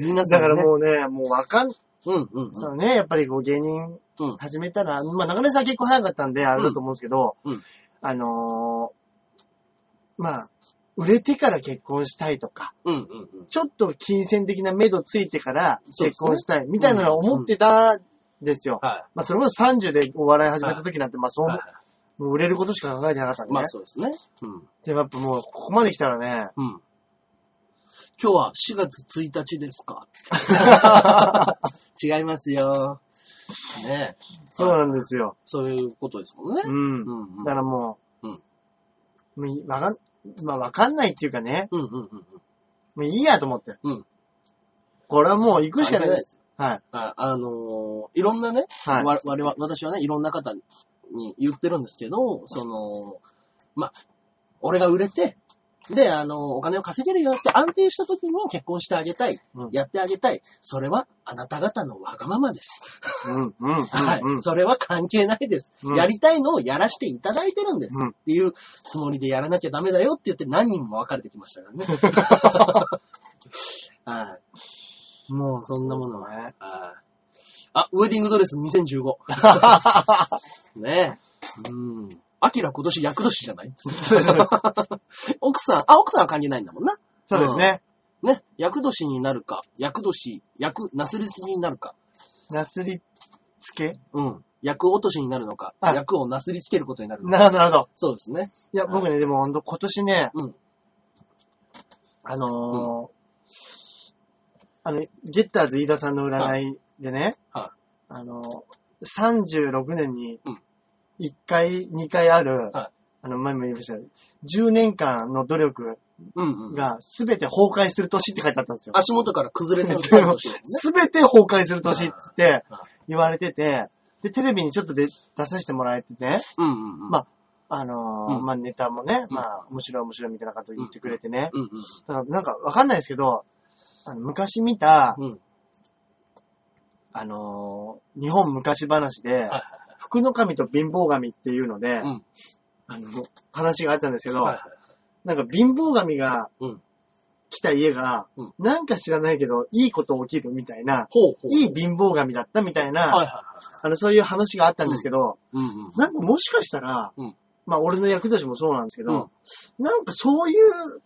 S1: 皆さ
S2: だ
S1: ん、
S2: か
S1: ね、
S2: らもうね、もう分かん、
S1: う、うんうんうん。
S2: そうね、やっぱりこう芸人
S1: うん
S2: 始めたら、まあ中根さん結構早かったんで、あれだと思うんですけど、
S1: うんうん
S2: あのーまあ、売れてから結婚したいとか、
S1: うんうんうん。
S2: ちょっと金銭的な目処ついてから
S1: そうで
S2: 結
S1: すね
S2: 婚したい、みたいなのを思ってたんですよ。
S1: は
S2: まあ、それも30でお笑い始めた時なんて、まあ、
S1: い。
S2: そう、
S1: は
S2: もう売れることしか考えてなかったん
S1: い、
S2: で、ね。
S1: まあそうですね。うん。
S2: でもやっぱもう、ここまで来たらね、
S1: うん。今日は4月1日で すか違いますよ。ねえ
S2: そうなんですよ。
S1: そういうことですもんね。
S2: うん。
S1: うんうん
S2: だからもう、
S1: うん
S2: もういわかん、まあ、わかんないっていうかね、
S1: うんうんうん。
S2: もういいやと思って。
S1: うん
S2: これはもう行くしかない。
S1: あれです。
S2: はい。
S1: ああのーいろんなね、
S2: はい。
S1: わ我々私はね、いろんな方に言ってるんですけど、その、ま、俺が売れて、で、あのーお金を稼げるよって安定した時に結婚してあげたい、
S2: うん
S1: やってあげたい。それはあなた方のわがままです。
S2: うん、うん、うん。
S1: はい、
S2: うん
S1: それは関係ないです、
S2: うん
S1: やりたいのをやらせていただいてるんです、
S2: うん
S1: っていうつもりでやらなきゃダメだよって言って何人も別れてきましたからね。 はい。もうそんなものは。
S2: ね。
S1: ああ、ウェディングドレス2015。ねえ。うん。アキラ今年役年じゃない
S2: そうですそう
S1: 奥さん、あ、奥さんは関係ないんだもんな。
S2: ですね。
S1: ね。役年になるか、役年、役、なすりすぎになるか。
S2: なすりつけ
S1: うん。役落としになるのか、
S2: はい
S1: 役をなすりつけることになるの
S2: な
S1: か。
S2: るほど、なるほど。
S1: そうですね。
S2: いや、僕ね、でもほんと今年ね、
S1: うん
S2: あのーあの、ゲッターズ飯田さんの占いでね、
S1: は
S2: あのー、36年に
S1: うん
S2: 1回、2回ある、
S1: はい
S2: あの、前も言いましたけど10年間の努力
S1: うんうん。
S2: が全て崩壊する年って書いてあったんですよ。
S1: 足元から崩れてる最後ですね。
S2: 全て崩壊する年っつって
S1: はいはい
S2: 言われてて、で、テレビにちょっとで出させてもらえてね、
S1: うんうんうん。
S2: まあのー
S1: うん
S2: まあ、ネタもね、
S1: うん
S2: まあ、面白い面白いみたいなこと言ってくれてね、
S1: うんうん。
S2: だからなんかわかんないですけど、あの昔見た、
S1: うん
S2: あのー日本昔話で、
S1: はい
S2: 福の神と貧乏神っていうので、
S1: うん
S2: あの、話があったんですけど、
S1: はい
S2: なんか貧乏神が
S1: うん
S2: 来た家が、
S1: うん
S2: なんか知らないけど、いいこと起きるみたいな、
S1: ほうほう。
S2: いい貧乏神だったみたいな、
S1: はいは
S2: あの、そういう話があったんですけど、
S1: い。うんうん。
S2: なんかもしかしたら、
S1: うん
S2: まあ俺の役年もそうなんですけど、なんかそういう、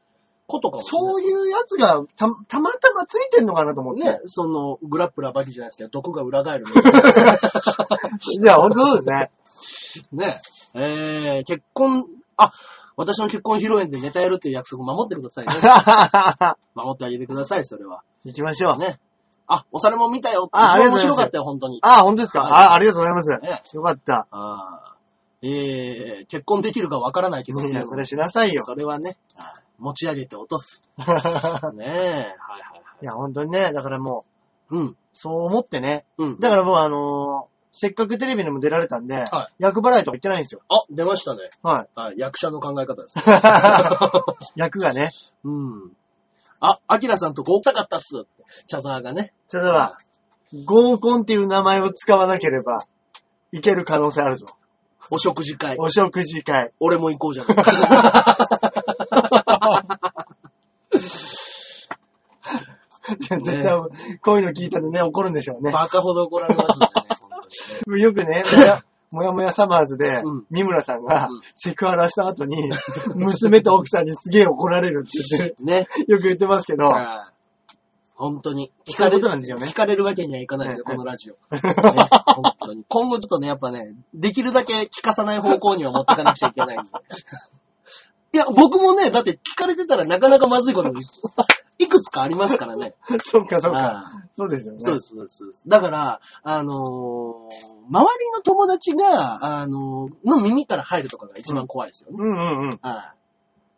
S1: ことかもしれない
S2: そういうやつがたたまたまついてんのかなと思って。
S1: ね、その、グラップラーバキじゃないですけど、毒が裏返るみたい な。
S2: いや、本当そうですね。
S1: ね。えー、結婚、あ、私の結婚披露宴でネタやるっていう約束守ってくださいね。 守ってあげてください、それは。
S2: 行きましょう。
S1: ね。あ、おされも見たよ。
S2: あ
S1: 一番
S2: ありがとうご
S1: 面
S2: ざいます
S1: 白かったよ、本当に。
S2: ああ、本当ですか、
S1: はい
S2: あありがとうございます。
S1: ね
S2: よかった。
S1: ああ。えー、結婚できるかわからないけど、
S2: いや、それしなさいよ。
S1: それはね、はい持ち上げて落と す。ねえ、はいはいはい。
S2: いや、本当にね、だからも
S1: うん
S2: う、、そう思ってね。
S1: うん。
S2: だからもう、あのーせっかくテレビにも出られたんで、
S1: は
S2: 役払いとか言ってないんですよ。
S1: あ、出ましたね。
S2: は
S1: はい、役者の考 え方です。
S2: い。役がね。
S1: うん。あ、アキラさんと豪華かったっす。チャザーがね。
S2: それでは、合コンっていう名前を使わなければ、いける可能性あるぞ。
S1: お食事会。
S2: お食事会。
S1: 俺も行こうじゃない。
S2: 絶対、こういうの聞いたらね、怒るんでしょうね。
S1: バカほど怒られますんでね。本当にね
S2: よく ね、もやもやもやサマーズで
S1: うん、
S2: 三村さんが
S1: うん
S2: セクハラした後に、娘と奥さんにすげえ怒られるって言って、
S1: ね。
S2: よく言ってますけど、
S1: はい本当に。聞
S2: そう
S1: か
S2: いう
S1: れ
S2: こと
S1: る、
S2: なんですよね
S1: 聞。かれるわけにはいかないですよ、
S2: は
S1: こ
S2: い
S1: のラジオ。ね本当 に。今後ちょっとね、やっぱね、できるだけ聞かさない方向には持っていかなくちゃいけ ないんで。いや、僕もね、だって聞かれてたらなかなかまずいこと、いくつかありますからね。
S2: そうか、そう
S1: あ
S2: か
S1: あ。
S2: そうですよね。
S1: そうです、そうですそうです。だから、あのー周りの友達が、あのーの耳から入るとかが一番怖いですよね。
S2: うんうんうん。
S1: は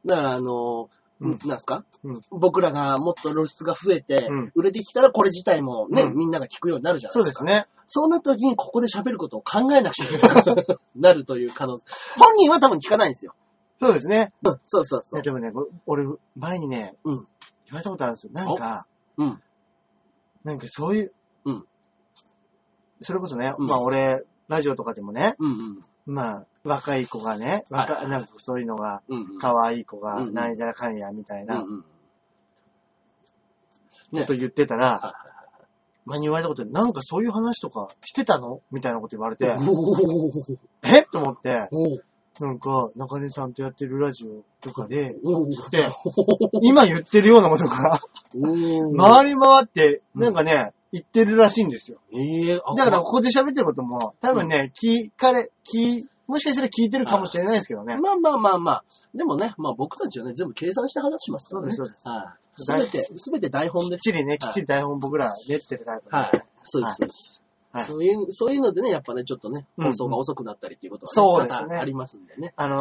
S1: い。だから、あのー
S2: うん
S1: んなんすか、
S2: うん
S1: 僕らがもっと露出が増えて、
S2: うん
S1: 売れてきたらこれ自体もね、
S2: うん
S1: みんなが聞くようになるじゃな
S2: そ
S1: いうで
S2: ですす
S1: か。
S2: ね。
S1: そうなった時にここで喋ることを考えなくちゃいけ なくなるという可能性。本人は多分聞かないんですよ。
S2: そうですね。
S1: うん、そうそう
S2: い
S1: そう
S2: や、。でもね、こ俺、前にね、
S1: うん
S2: 言われたことあるんですよ。なんか、
S1: うん。
S2: なんかそういう、
S1: うん
S2: それこそね、
S1: うん
S2: まあ俺、ラジオとかでもね、
S1: うんうん。
S2: まあ、若い子がね、
S1: はい
S2: 若なんかそういうのが、
S1: うん、うん。
S2: 可愛い子が、
S1: うん
S2: なんじゃらかんや、みたい
S1: うん
S2: な、
S1: うん。ね
S2: と。言ってたら
S1: はい、
S2: 前に言われたことで、なんかそういう話とかしてたのみたいなこと言われて、
S1: おー
S2: えっと思って、
S1: おー
S2: なんか、中根さんとやってるラジオとかで、
S1: おー
S2: で、今言ってるようなことが、
S1: まあ、
S2: 回り回って、なんかね、言ってるらしいんですよ。
S1: ええあ
S2: だから、ここで喋ってることも、多分ね、聞かれ、聞、もしかしたら聞いてるかもしれないですけどね。
S1: まあまあまあまあ。でもね、まあ僕たちはね、全部計算して話しますからね。
S2: そうです
S1: はい。
S2: そうです
S1: すべて、すべて台本で
S2: きっ。ちりね、きっちり台本僕ら練ってるタイプで。
S1: はい。そうです、そうで
S2: は
S1: す。
S2: い
S1: そういう、そういうのでね、やっぱね、ちょっとね、
S2: うん
S1: 放送が遅くなったりっていうこと
S2: そう
S1: はね、
S2: ですね
S1: 多々ありますんでね。
S2: あの、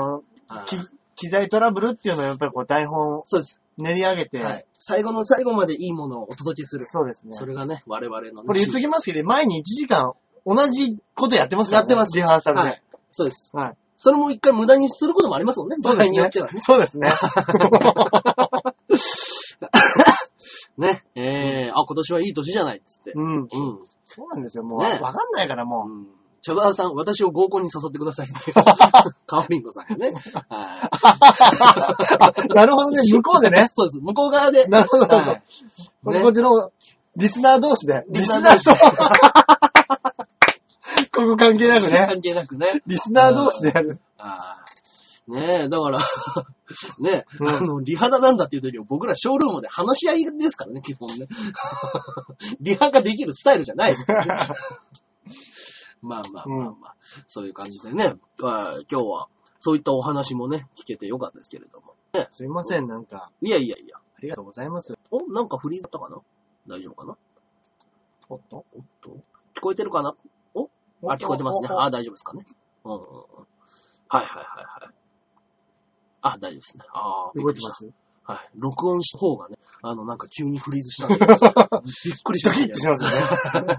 S1: はい
S2: き機材トラブルっていうのはやっぱりこう台本を
S1: そうです、
S2: 練り上げて、
S1: はい。最後の最後までいいものをお届けする。
S2: そうですね。
S1: それがね、我々のね。
S2: これ言っときますけど、前に1時間同じことやってますからね。
S1: やってます
S2: リハーサル
S1: は
S2: で
S1: い。。そうです。
S2: はい。
S1: それも一回無駄にすることもありますもんね。
S2: そうで
S1: 場合
S2: す
S1: によ
S2: ね
S1: ってはね。。
S2: そうですね。
S1: ね。えー、あ、今年はいい年じゃないっつって。
S2: うん。
S1: うん。
S2: そうなんですよ。もう、
S1: ね
S2: わかんないからもう。
S1: うんチャザーさん、私を合コンに誘ってくださいっ ていう。カオリンコさんがね。はい
S2: なるほどね。向こうでね。
S1: そうです。向こう側で。
S2: なるほどなるほど
S1: はい
S2: こ
S1: ね
S2: こっちの、リスナー同士で。
S1: リスナー
S2: 同士。ここ関係なくね。
S1: 関係なくね。
S2: リスナー同士でやる。
S1: あーねえ、だから、ねえ、
S2: うん
S1: あの、リハだなんだっていう時は僕らショールームで話し合いですからね、基本ね。リハができるスタイルじゃないですからね。まあまあまあまあ、そういう感じでね、あー今日はそういったお話もね、聞けてよかったですけれども。ね、
S2: すいません、なんか。
S1: いやいやいや。
S2: ありがとうございます。
S1: お、なんかフリーズだったかな大丈夫かな
S2: おっと
S1: おっと、聞こえてるかなおあ、聞こえてますね。
S2: おっと
S1: あ、大丈夫ですかね。うんうんうん。はいはいはいはい。あ、大丈夫ですね。ああ、び
S2: 動
S1: っく
S2: い
S1: り
S2: て
S1: し
S2: ます
S1: た。はい。録音した方がね、あの、なんか急にフリーズ したんでびっくりし
S2: ド
S1: ま
S2: キッ
S1: してた
S2: しますよね。
S1: ね。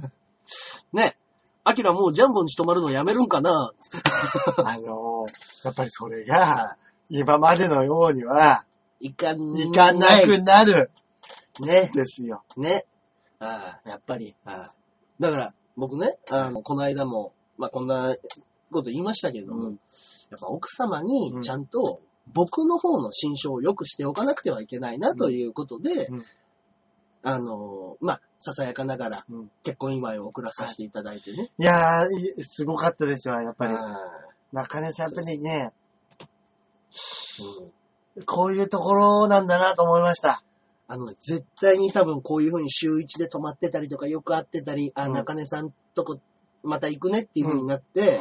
S1: ね。アキラもうジャンボに止まるのやめるんかなつって
S2: あのやっぱりそれが、今までのようには、
S1: いかん
S2: いかなくなる
S1: ね
S2: ん。ですよ。
S1: ね。ああ、やっぱり。ああ。だから、僕ね、あの、この間も、まあこんなこと言いましたけれども、
S2: う
S1: や
S2: ん
S1: っぱ奥様にちゃんと僕の方の心象を良くしておかなくてはいけないなということで、
S2: うんうん
S1: あの、まあ、ささやかながら
S2: うん
S1: 結婚祝いを送らさせていただいてね。
S2: いやー、いすごかったですよ、やっぱり。
S1: あ
S2: 中根さん、やっぱりね、
S1: ーうん
S2: こういうところなんだなと思いました。
S1: あのね、絶対に多分こういう風に週一で泊まってたりとかよく会ってたり、あ、
S2: うん
S1: 中根さんとこまた行くねっていう風になって、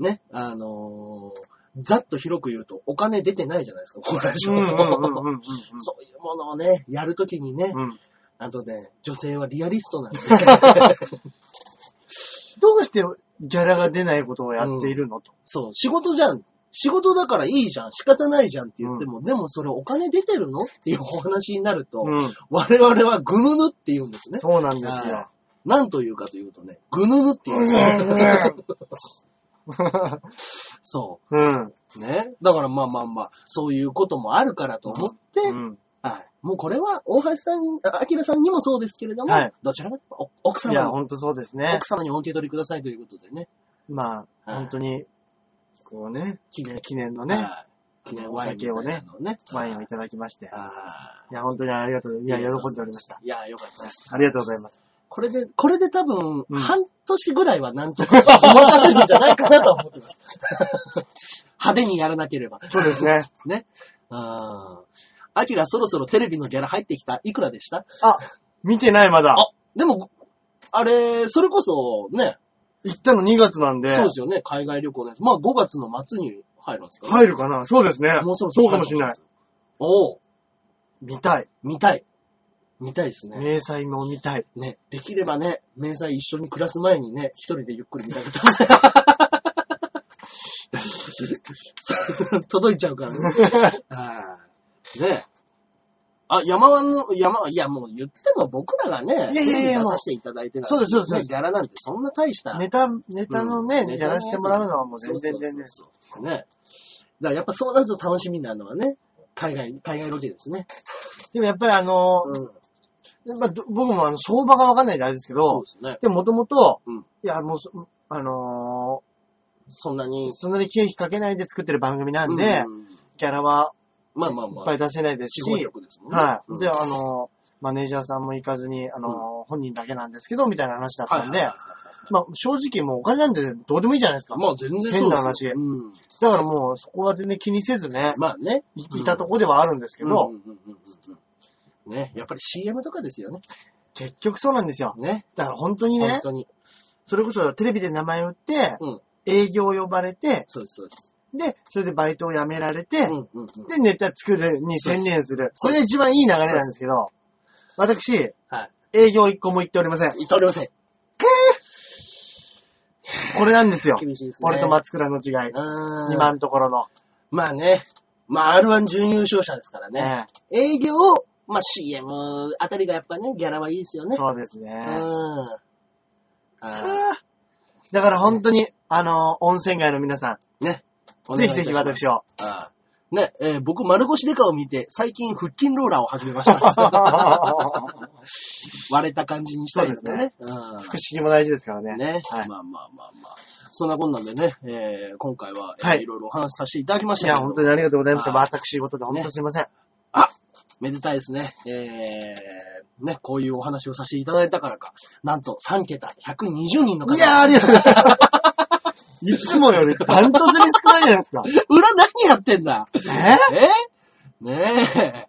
S1: ね、あのーざっと広く言うとお金出てないじゃないですか、このラジ
S2: うん
S1: オ。
S2: うんうんうんうん。
S1: そういうものをね、やるときにね、
S2: うん
S1: あとね、女性はリアリストなんで、
S2: どうしてギャラが出ないことをやっているのと。
S1: そう、仕事じゃん。仕事だからいいじゃん。仕方ないじゃんって言っても、でもそれお金出てるのっていうお話になると、
S2: うん。
S1: 我々はぐぬぬって言うんですね。
S2: そうなんです
S1: は
S2: よ。
S1: なんというかというとね、ぐぬぬって言うんですよ。そ
S2: うん。
S1: う。ね。だからまあまあまあ、そういうこともあるからと思って、
S2: うん。
S1: はい。もうこれは、大橋さん、あきらさんにもそうですけれども、
S2: はい
S1: どちらかというと、お奥
S2: いや、
S1: 様に、
S2: ほんとそうですね
S1: 奥。様にお受け取りくださいということでね、
S2: まあ、
S1: はい
S2: 本当に、こうね、
S1: 記念、
S2: 記念のね、
S1: はい記念ワインみたいなのをね。
S2: ワインをいただきまして。
S1: あ
S2: いや、本当にありがとう。い
S1: ー
S2: や、喜んでおりました。。
S1: いや、よかったです。
S2: ありがとうございます。
S1: これで、これで多分、
S2: うん
S1: 半年ぐらいはなんとか、 ごまかせるんじゃないかなとは思ってます。 派手にやらなければ。
S2: そうですね。
S1: ね。うん。アキラそろそろテレビのギャラ入ってきたいくらでした
S2: あ、見てないまだ。
S1: あ、でも、あれ、それこそね、
S2: 行ったの2月なんで
S1: そう、ですよね、海外旅行のやつ。まあ5月の末に入るんですか、
S2: 入るかなそうですね。
S1: もうそろそ
S2: そ
S1: ろ
S2: うかもしれない。。
S1: おお
S2: 見たい。
S1: 見たい。見たいですね。
S2: 明細も見たい。
S1: ね、できればね、明細一緒に暮らす前にね、一人でゆっくり見たかった です。届いちゃ うからね。あーねあ、山湾の、山、いやもう言っても僕らがね、
S2: いやいやいや
S1: 出させていただいてない
S2: そうですそうですそうです
S1: ギャラなんてそんな大した。
S2: ネタ、ネタのね、
S1: うん
S2: やらせてもらうのはもう
S1: そ
S2: 全
S1: うそう
S2: 然
S1: そう
S2: 全
S1: そう
S2: 然。
S1: ね。だからやっぱそうなると楽しみなのはね、海外、海外ロケですね。
S2: でもやっぱりあの、
S1: うん。
S2: まあど僕もあの相場がわかんないんであれですけ
S1: そう
S2: ど
S1: で、すね。
S2: でもともと
S1: うん、
S2: いや、もうそ、あの
S1: そんなに
S2: ー、。そんなに経費かけないで作ってる番組なんで、
S1: うん
S2: ギャラは
S1: まあまあま
S2: い
S1: あ。
S2: っぱい出せないです
S1: 資
S2: し、
S1: 本力ですもんね。
S2: はい、
S1: うん
S2: で、あの、マネージャーさんも行かずに、あの、本人だけなんですけど、みたいな話だったんで、
S1: はいはいはい
S2: まあ、正直もうお金なんてどうでもいいじゃないですか。
S1: まあ全然そうです
S2: 変
S1: よ
S2: な話
S1: うん。
S2: だからもう、そこは全然気にせずね、
S1: まあね。
S2: い
S1: うん
S2: いたとこではあるんですけど、
S1: うんうんうんうんうんね、やっぱり CM とかですよね。
S2: 結局そうなんですよ。
S1: ね。
S2: だから本当に
S1: 本
S2: ね、
S1: 当に。
S2: それこそテレビで名前を売って、
S1: うん
S2: 営業呼ばれて、
S1: そうです、そうです。
S2: で、それでバイトを辞められて、
S1: うんうんうん。
S2: で、ネタ作るに専念する。
S1: そ
S2: そうれ
S1: です
S2: が一番いい流れなんですけど、私、
S1: は
S2: 営業一個も行っておりません。
S1: い。いたおりません。
S2: これなんですよ。
S1: 厳しいですね。
S2: 俺と松倉の違い。
S1: う
S2: 今
S1: ん。
S2: のところの。
S1: まあね。まあ R1 準優勝者ですからね。
S2: ね
S1: 営業、まあ CM あたりがやっぱね、ギャラはいいですよね。
S2: そうですね。
S1: うん。あー
S2: はあだから本当に、あの、温泉街の皆さ
S1: ね。
S2: ん、ぜひぜひ私
S1: を。
S2: を。
S1: あーね、えー僕、丸腰デカを見て、最近腹筋ローラーを始め ました。割れた感じにしたいですね。うん
S2: 腹式も大事ですからね。
S1: ね。
S2: はい
S1: まあまあまあまあ。そんなこんなんでね、えー今回は、えー
S2: はい
S1: い、ろいろお話しさせていただきまし
S2: い
S1: た
S2: や、
S1: けど
S2: 本当にありがとうございました。
S1: はい
S2: 私事で本当すいません。
S1: めでたいですね。えー、ね、こういうお話をさせていただいたからか、なんと3桁、120人の方。
S2: いやー、ありがとうございます。いつもよりダントツに少ないじゃない ですか。
S1: 裏何やってんだ
S2: え
S1: えねえ。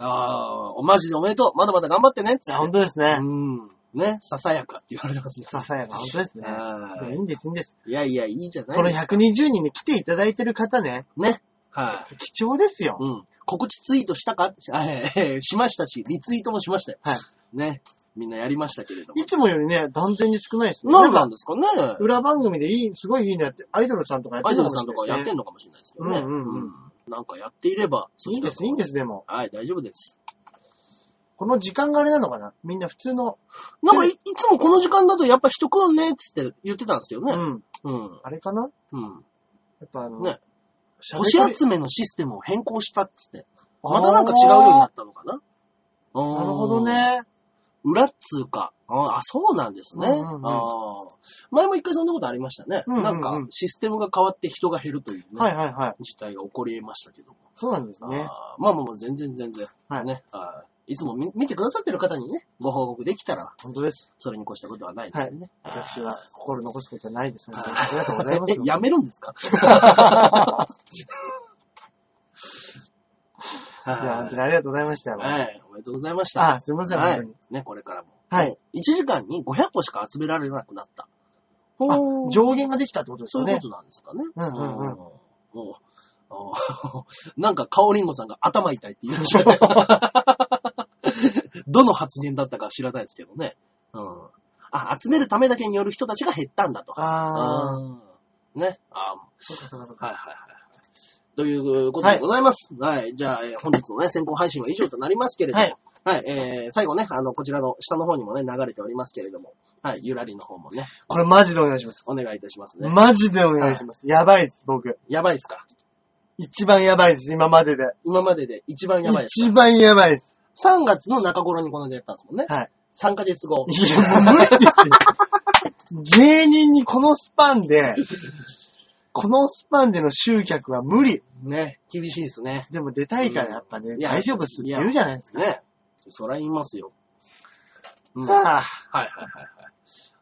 S1: あー、マジでおめでとう。まだまだ頑張ってねっ
S2: い
S1: つ
S2: や、
S1: っ
S2: 本
S1: て。
S2: 当ですね。
S1: うん。ね、ささやかって言われてますね。
S2: ささやか、本当ですね。
S1: はい
S2: いいんです、いいんです。
S1: いやいや、いいじゃない
S2: この120人に来ていただいてる方ね、
S1: ね。はい。
S2: 貴重ですよ。
S1: うん。告知ツイートしたかあえーしましたし、リツイートもしましたよ。
S2: はい。
S1: ね。みんなやりましたけれども
S2: い。つもよりね、断然に少ないですね。
S1: 何
S2: な
S1: な
S2: んか、
S1: んですかね
S2: 裏番組でいい、すごいいいのやって、アイドルさんとかやって
S1: アイ
S2: るか
S1: ド
S2: もし
S1: ルさ
S2: れ
S1: ん
S2: な
S1: と
S2: いです
S1: か
S2: ね。
S1: やってんのかもしれないですけどね。
S2: うんうんうん
S1: なんかやっていれば、そ
S2: いい
S1: ち
S2: ん
S1: ら
S2: で
S1: の方
S2: す、いいんです、でも。
S1: はい、大丈夫です。
S2: この時間があれなのかなみんな普通の、
S1: なんかい、いつもこの時間だとやっぱ人来んねっつって言ってたんですけど
S2: う
S1: ね。
S2: ん。
S1: うん。
S2: あれかな
S1: うん。
S2: やっぱあの、
S1: ね
S2: 喋り
S1: 星
S2: かけ、
S1: 集めのシステムを変更したっつって。またなんか違うようになったのかなな
S2: あーなるほど。ね。
S1: 裏っつうか、ああ、そうなんですね。
S2: うんうんうん
S1: ああ前も一回そんなことありましたね。
S2: うんうんうん
S1: なんか、システムが変わって人が減るというね、
S2: はいはいはい。
S1: 事態が起こり得ましたけども。
S2: そうなんですね。
S1: あーまあまあまあ、全然全然。
S2: はい
S1: ね。あーいつも見見てくださってる方にね、ご報告できたら、
S2: 本当です。
S1: それに越したことはない。
S2: はい。私は心残すことはないですので、ありがとうございま
S1: え
S2: す、。
S1: やめるんですか
S2: いや、本当
S1: は
S2: にありがとうございましたよ
S1: い。。はい。おめでとうございました。
S2: あ、すいません、
S1: は
S2: 本
S1: い
S2: 当に。
S1: ね、これからも。
S2: はい。
S1: 1時間に500個しか集められなくなった。
S2: あ
S1: ほ、ー
S2: 上限ができたってことです
S1: そう
S2: よ
S1: いう
S2: ね
S1: こ。となんですかね。
S2: うんうんうん
S1: もうおー なんか、カオリンゴさんが頭痛いって言いまし たね。どの発言だったか知らないですけどね。うん。あ、集めるためだけによる人たちが減ったんだと。
S2: ああ、
S1: あー。ね。あー
S2: そうかそうかそうか。
S1: はいはいはいはい。ということでございます。はい。じゃあ、えー本日のね、先行配信は以上となりますけれども。
S2: はい
S1: はい。えー、最後ね、あの、こちらの下の方にもね、流れておりますけれども。はい。ゆらりの方もね、
S2: これマジでお願いします。
S1: お願いいたしますね。
S2: マジでお願いします。やばいです、僕。
S1: やばいっすか
S2: 一番やばいです、今までで。
S1: 今までで一番やばいっす
S2: 一番やばいです。
S1: か。3月の中頃にこの間やったんですもんね。
S2: はい。
S1: 3ヶ月後。
S2: いや、もう無理ですよ。芸人にこのスパンで、 このスパンでの集客は無理。
S1: ね。厳しいですね。
S2: でも出たいからやっぱね、
S1: うんいや
S2: 大丈夫っすって言うじゃないですか。
S1: ね。そら言いますよ。うん。はい
S2: あ
S1: はいはいはい。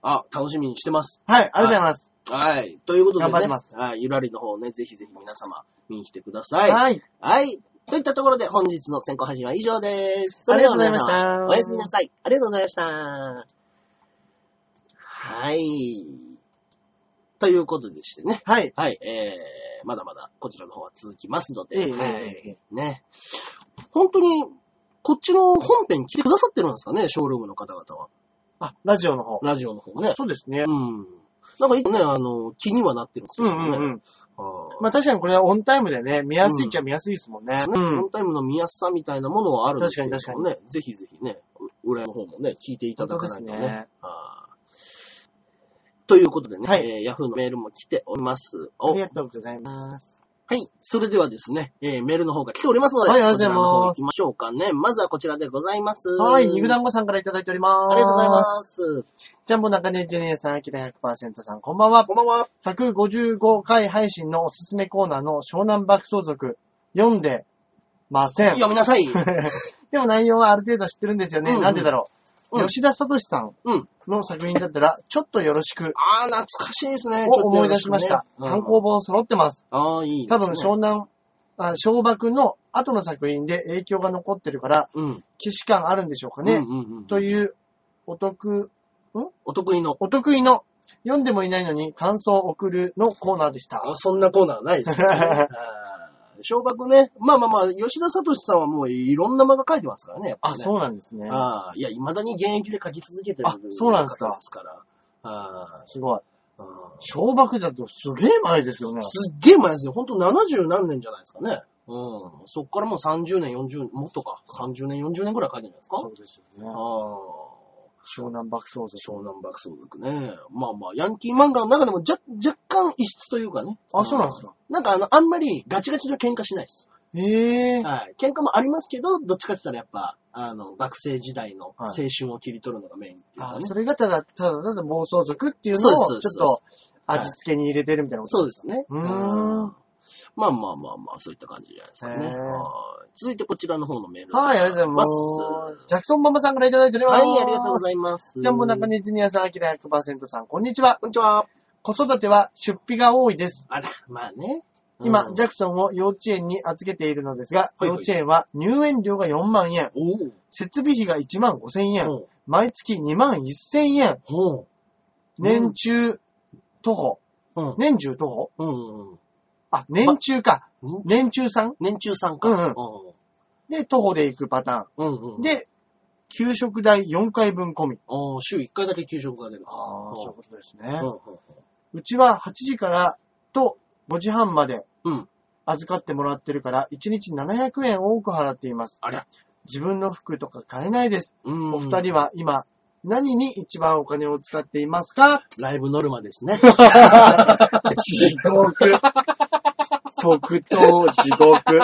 S1: あ、楽しみにしてます。
S2: あはい、ありがとうございます。
S1: はい。ということでね。
S2: 頑張ります
S1: はい。ゆらりの方をね、ぜひぜひ皆様、見に来てください。はい。
S2: はい。
S1: といったところで、本日の先行配信は以上です。
S2: ありがとうございまし
S1: それでは皆
S2: た。
S1: 様おやすみなさい。ありがとうございました。はい。ということでしてね。
S2: はい。
S1: はい。えー、まだまだこちらの方は続きますので。
S2: ええ
S1: はい。ね。本当に、こっちの本編来てくださってるんですかね、ショールームの方々は。
S2: あ、ラジオの方。
S1: ラジオの方ね。
S2: そうですね。
S1: うん。なんか一個ね、あの、気にはなってるんですけ
S2: うん
S1: ど
S2: う
S1: ね。
S2: んうん。
S1: あー
S2: まあ確かにこれはオンタイムでね、見やすいっちゃ見やすいですもんね。
S1: ね、オンタイムの見やすさみたいなものはあるんですけどね。
S2: 確かに
S1: ぜひぜひね、う裏の方もね、聞いていただかないと
S2: 本当です
S1: ね
S2: ね。
S1: あーということでね、
S2: はい
S1: えーヤフーのメールも来ております。
S2: あ
S1: お
S2: りがとうございます。
S1: はい。それではですね、えーメールの方が来ておりますので、
S2: はいありがとうございます
S1: こちらの方行きましょうかね。まずはこちらでございます。
S2: はい、肉
S1: あ
S2: 団子さんからいただいております。
S1: りがとうございま。す。
S2: ジャンボ中根ジェネさん、アキラ100%さん、こんばんは。
S1: こんばんは。
S2: 155回配信のおすすめコーナーの湘南爆走族、読んでません。
S1: 読み なさい。
S2: でも内容はある程度知ってるんですよね。
S1: うんうん
S2: なんでだろう。
S1: うん
S2: 吉田聡さん
S1: うん
S2: の作品だったら、ちょっとよろしく
S1: あー、懐かしいですね。
S2: を思い出しました。
S1: ちょっとよろくね
S2: 単行本揃ってます。
S1: ああ、いいで
S2: 多
S1: すね。
S2: 分湘南、あ湘爆の後の作品で影響が残ってるから、
S1: うん。
S2: 既視感あるんでしょうかね。
S1: うんうんうん、
S2: という、お得、
S1: お得意の。
S2: お得意の、読んでもいないのに感想を送るのコーナーでした。
S1: あそんなコーナーないです よね。あー小爆ね。まあまあまあ、吉田聡さんはもういろんな漫画書いてますからね。やっぱね
S2: あ、そうなんですね。
S1: あーいや、未だに現役で書き続けてる
S2: あそうなんですか
S1: 方ですから。あ
S2: すごい。
S1: ーうん
S2: 小爆だとすげえ前ですよね。
S1: すっげえ前ですよ。ほんと70何年じゃないですかね。うん。そっからもう30年、40、もっとか。30年、40年ぐらい書いてるんじゃないですか。
S2: うですよ
S1: あ
S2: ね。
S1: あ。
S2: 湘南爆走族。
S1: 湘南爆走族ね。まあまあ、ヤンキー漫画の中でもじゃ若干異質というかね。
S2: あ、そうなんですか。
S1: なんかあの、あんまりガチガチの喧嘩しないです。
S2: ええ
S1: はい。喧嘩もありますけど、どっちかって言ったらやっぱ、あの、学生時代の青春を切り取るのがメインっていうか
S2: あ
S1: ね。
S2: それがただ、ただただ暴走族っていう
S1: そ
S2: の
S1: う
S2: を、
S1: です
S2: ち
S1: そ
S2: ょ
S1: う
S2: っ
S1: です
S2: と味付けに入れてるみたいなこと。
S1: そうですね。
S2: うーん
S1: まあまあまあまあ、そういった感じじゃないですかね。
S2: へー
S1: はい続いてこちらの方のメール。
S2: はい、ありがとうございます。ジャクソンママさんからいただいております。
S1: はい、ありがとうござ
S2: い
S1: います。
S2: ジャンボ中根ジュニアさん、アキラ100%さん、こんにちは。
S1: こんにちは。
S2: 子育ては出費が多いです。
S1: あら、まあね。
S2: 今、
S1: うん
S2: ジャクソンを幼稚園に預けているのですが、
S1: はいはい
S2: 幼稚園は入園料が4万円、
S1: おう
S2: 設備費が1万5千円、
S1: ほう
S2: 毎月2万1千円、
S1: ほうん
S2: 年中徒歩、
S1: ううん
S2: 年中徒歩
S1: うんうん
S2: あ、年中か。
S1: うん。
S2: 年中さん
S1: 年中さ
S2: う
S1: ん
S2: ん
S1: か。
S2: で、徒歩で行くパタ
S1: うんうんう
S2: ーン。
S1: ん、
S2: で、給食代4回分込み。
S1: あー週1回だけ給食が出る。
S2: あ
S1: ーそういう
S2: ことですね
S1: うんうん
S2: うちは8時からと5時半まで
S1: うん。うん。
S2: 預かってもらってるから、1日700円多く払っています。
S1: ありゃ。
S2: 自分の服とか買えないです。
S1: うん
S2: お二人は今、何に一番お金を使っています か
S1: ライブノルマです ね。
S2: 地獄。即答地獄。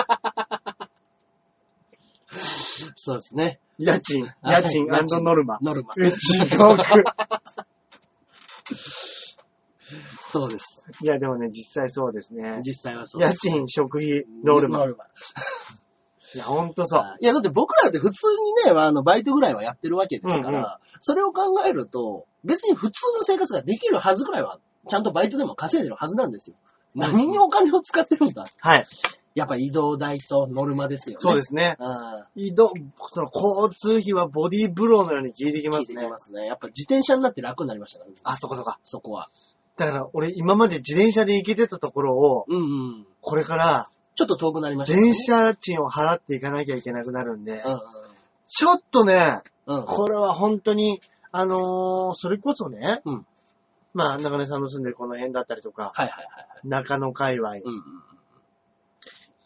S1: そうですね。
S2: 家賃、
S1: は
S2: 家
S1: い
S2: 賃
S1: 家賃
S2: ノルマ。
S1: ノルマ。
S2: え、地獄。
S1: そうです。
S2: いや、でもね、実際そうですね。
S1: 実際はそうで
S2: 家
S1: す。
S2: 賃、食費、ノルマ
S1: ノ。ルマ。
S2: いや、ほんとそう。
S1: いや、だって僕らって普通にね、あの、バイトぐらいはやってるわけですから、
S2: うんうん
S1: それを考えると、別に普通の生活ができるはずぐらいは、ちゃんとバイトでも稼いでるはずなんですよ。
S2: うん
S1: 何にお金を使ってるんだ
S2: はい。
S1: やっぱ移動代とノルマですよね。。
S2: そうですすね。
S1: うん。
S2: 移動、その交通費はボディーブローのように効いてきま
S1: 聞い
S2: す
S1: てき
S2: ね。
S1: ますね。やっぱ自転車になって楽になりましたからね。
S2: あ、そこそこ。
S1: そこは。
S2: だから、俺今まで自転車で行けてたところを、
S1: うんうん。
S2: これから、
S1: ちょっと遠くなりましたね。
S2: 電車賃を払っていかなきゃいけなくなるんで、
S1: う
S2: ちょっとね、
S1: んうん。うん。
S2: これは本当に、あのーそれこそね、
S1: うん
S2: まあ、中根さんの住んでるこの辺だったりとか、
S1: はいはいはい。
S2: 中野界隈、
S1: うんうん。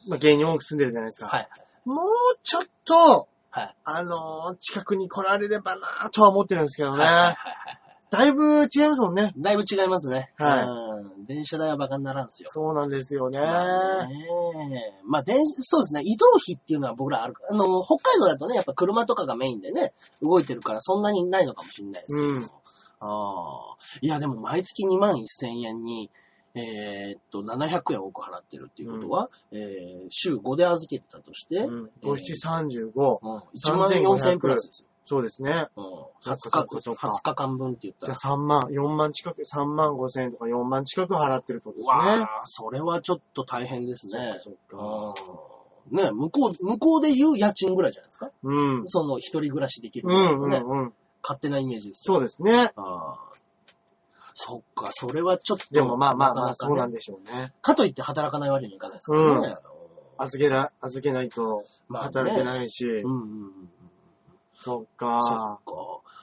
S2: まあ、芸人多く住んでるじゃないですか。
S1: はい
S2: もうちょっと、
S1: はい。
S2: あのー近くに来られればなぁとは思ってるんですけどね。
S1: はい。はいはいはい。
S2: だいぶ違いますもんね。
S1: だいぶ違いますね。
S2: はい
S1: うん。電車代はバカにならんすよ。
S2: そうなんですよね。
S1: まあねまあ、電そうですね。移動費っていうのは僕らある。あの、北海道だとね、やっぱ車とかがメインでね、動いてるからそんなにないのかもしれないですけど。
S2: うん
S1: ああ。いや、でも毎月2万1000円に、えーっと、700円多く払ってるっていうことは、えー週5で預けてたとして、う、
S2: うんん、5、7、35。
S1: 1万4000円プラスですよ。
S2: そうですね。
S1: うん。
S2: そっか
S1: 20日、
S2: そっか
S1: 20日間分って言った
S2: じゃあ
S1: ら。
S2: 3万、4万近く、3万5千円とか4万近く払ってるってことです
S1: わ
S2: ね。
S1: あ、それはちょっと大変ですね。
S2: そっかそっか。
S1: うんね向こう、向こうで言う家賃ぐらいじゃないですか。
S2: うん。
S1: その一人暮らしできる
S2: う
S1: ぐらい
S2: ん
S1: の
S2: うん
S1: ね、
S2: うん。
S1: 勝手なイメージですけど。
S2: そうですね。
S1: ああそっか、それはちょっと。
S2: でもまあまあまあ、
S1: なか
S2: そう
S1: な
S2: な
S1: か
S2: ん
S1: ね
S2: でしょうね。
S1: かといって働かないわけにはいかないですからね。
S2: うん預けら、預けないと
S1: まあね、
S2: 働けないし。
S1: うんうんうん。
S2: そっ
S1: そっ
S2: か。
S1: か。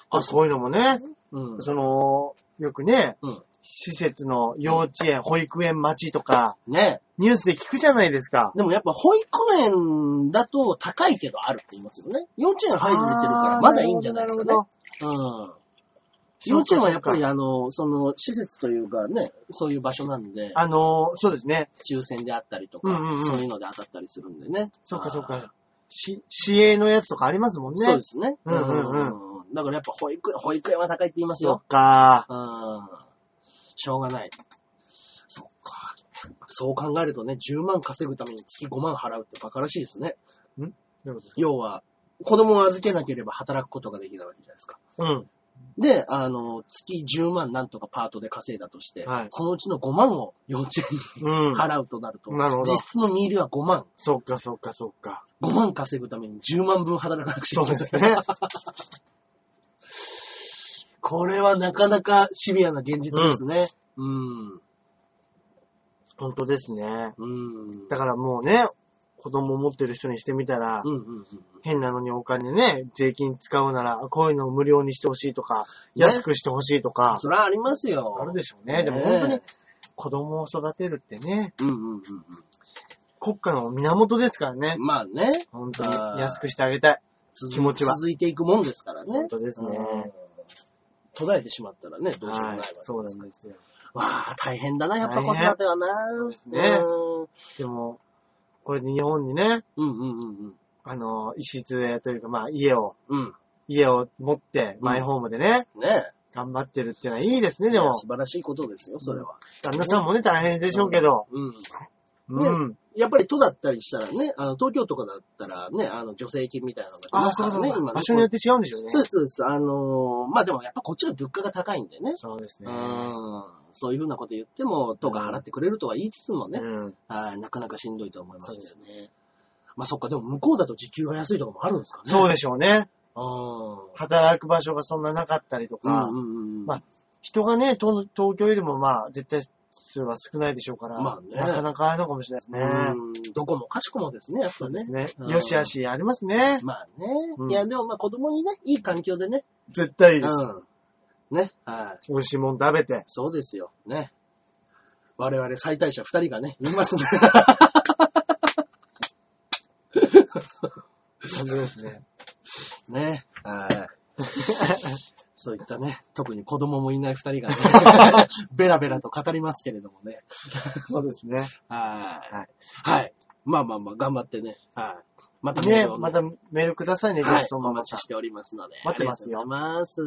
S2: あ、そういうのもね、
S1: うん。
S2: その、よくね、
S1: うん
S2: 施設の幼稚園、保育園待ちとか、
S1: ね
S2: ニュースで聞くじゃないですか。
S1: でもやっぱ保育園だと高いけどあるって言いますよね。幼稚園入れてるからまだいいんじゃないですかね
S2: あー。るほどそ
S1: うん
S2: うか
S1: 幼稚園はやっぱ
S2: そう
S1: りあの、その施設というかね、そういう場所なんで、
S2: あのー、そうですね。
S1: 抽選であったりと
S2: うんうんう
S1: か
S2: ん、
S1: そういうので当たったりするんでね。
S2: そっかそっ
S1: あー。
S2: か。し、市営のやつとかありますもんね。
S1: そうですね。
S2: うんうんうん
S1: んだからやっぱ保育園、保育園は高いって言います
S2: そ
S1: よ
S2: っ。か。
S1: うん。しょうがない。そっか。そう考えるとね、10万稼ぐために月5万払うってバカらしいですね。
S2: どういうことです
S1: 要は、子供を預けなければ働くことができないわけじゃないですか。
S2: かうん。
S1: で、あの、月10万なんとかパートで稼いだとして、
S2: はい
S1: そのうちの5万を幼稚園
S2: うん
S1: に。払うとなると、
S2: なるほど
S1: 実質のニールは5万。
S2: そっかそっかそっか。
S1: 5万稼ぐために10万分働かなくちゃ
S2: そ
S1: いうけ
S2: で
S1: ない。
S2: す ね。
S1: これはなかなかシビアな現実ですね。うん。
S2: 本当ですね。
S1: うん。うん。
S2: だからもうね、子供持ってる人にしてみたら、
S1: うんうんうん。
S2: 変なのにお金ね、税金使うなら、こういうのを無料にしてほしいとか、安くしてほしいとか、
S1: それはありますよ。
S2: あるでしょうね。でも本当に子供を育てるってね、
S1: うんうんうん
S2: 国家の源ですからね
S1: うん。。まあね、
S2: 本当に
S1: あー
S2: 安くしてあげたい。
S1: 続
S2: 気持ちは
S1: 続いていくもんですからね。
S2: 本当ですね
S1: うん途絶えてしまったらね、どうしようもないわけです
S2: そう
S1: から
S2: なんですよ。
S1: わあ、大変だな、やっぱ
S2: 大
S1: 子
S2: 変
S1: 育てはな。
S2: うですねでも、これで日本にね、
S1: うん。うんうんうんうん。
S2: あの、礎というか、まあ家を、
S1: うん。
S2: 家を持って、マイホームでね、
S1: ね
S2: 頑張ってるってのはいいですね、
S1: え。
S2: でも。
S1: 素晴らしいことですよ、それは。
S2: 旦那さんもね、大変でしょうけど。
S1: うん。
S2: う。
S1: うんやっぱり都だったりしたらね、あの、東京とかだったらね、あの、助成金みたいなのが
S2: ああ、
S1: 出
S2: そう
S1: ます
S2: そ
S1: から
S2: う
S1: ね、
S2: そう。
S1: ね
S2: 場所によって違うんでしょうね。
S1: そうです、そうです。あのーまあでもやっぱこっちが物価が高いんでね。
S2: そうです
S1: う
S2: ね。
S1: ん。そういうふうなこと言っても、都が払ってくれるとは言いつつもね、
S2: うん。
S1: はいなかなかしんどいと思いますけ
S2: そ
S1: どね。まあそっか、でも向こうだと時給が安いとかもあるんですかね。
S2: そう
S1: う
S2: でしょうね。
S1: あ
S2: 働く場所がそんななかったりと
S1: あ。
S2: か
S1: う、んうんうん。
S2: まあ人がね、東東京よりもまあ、絶対数は少ないでしょうから、
S1: まあね
S2: なかなかあれのかもしれないです
S1: う
S2: ね。
S1: んどこもかしこもですね、やっぱね。
S2: ね
S1: うん
S2: よしあしありますね。
S1: まあね。
S2: うん
S1: いや、でもまあ子供にね、いい環境でね。
S2: 絶対いいです。
S1: うん。ね。はい。
S2: 美味しいもん食べて。
S1: そうですよ。ね。我々最大者二人がね、言いま すね。
S2: 本当ですね。
S1: ね。はい。 そういったね、特に子供もいない二人 がね、ベラベラと語りますけれどもね。
S2: そうですね。
S1: はい。はい。まあまあまあ、頑張ってね。はい。またメー
S2: ね
S1: ルを、
S2: またメールくださいね、
S1: は
S2: ゲ
S1: い
S2: ス、ト
S1: お
S2: の方
S1: 待ちしておりますので。
S2: 待ってますよ
S1: ありがとうございます。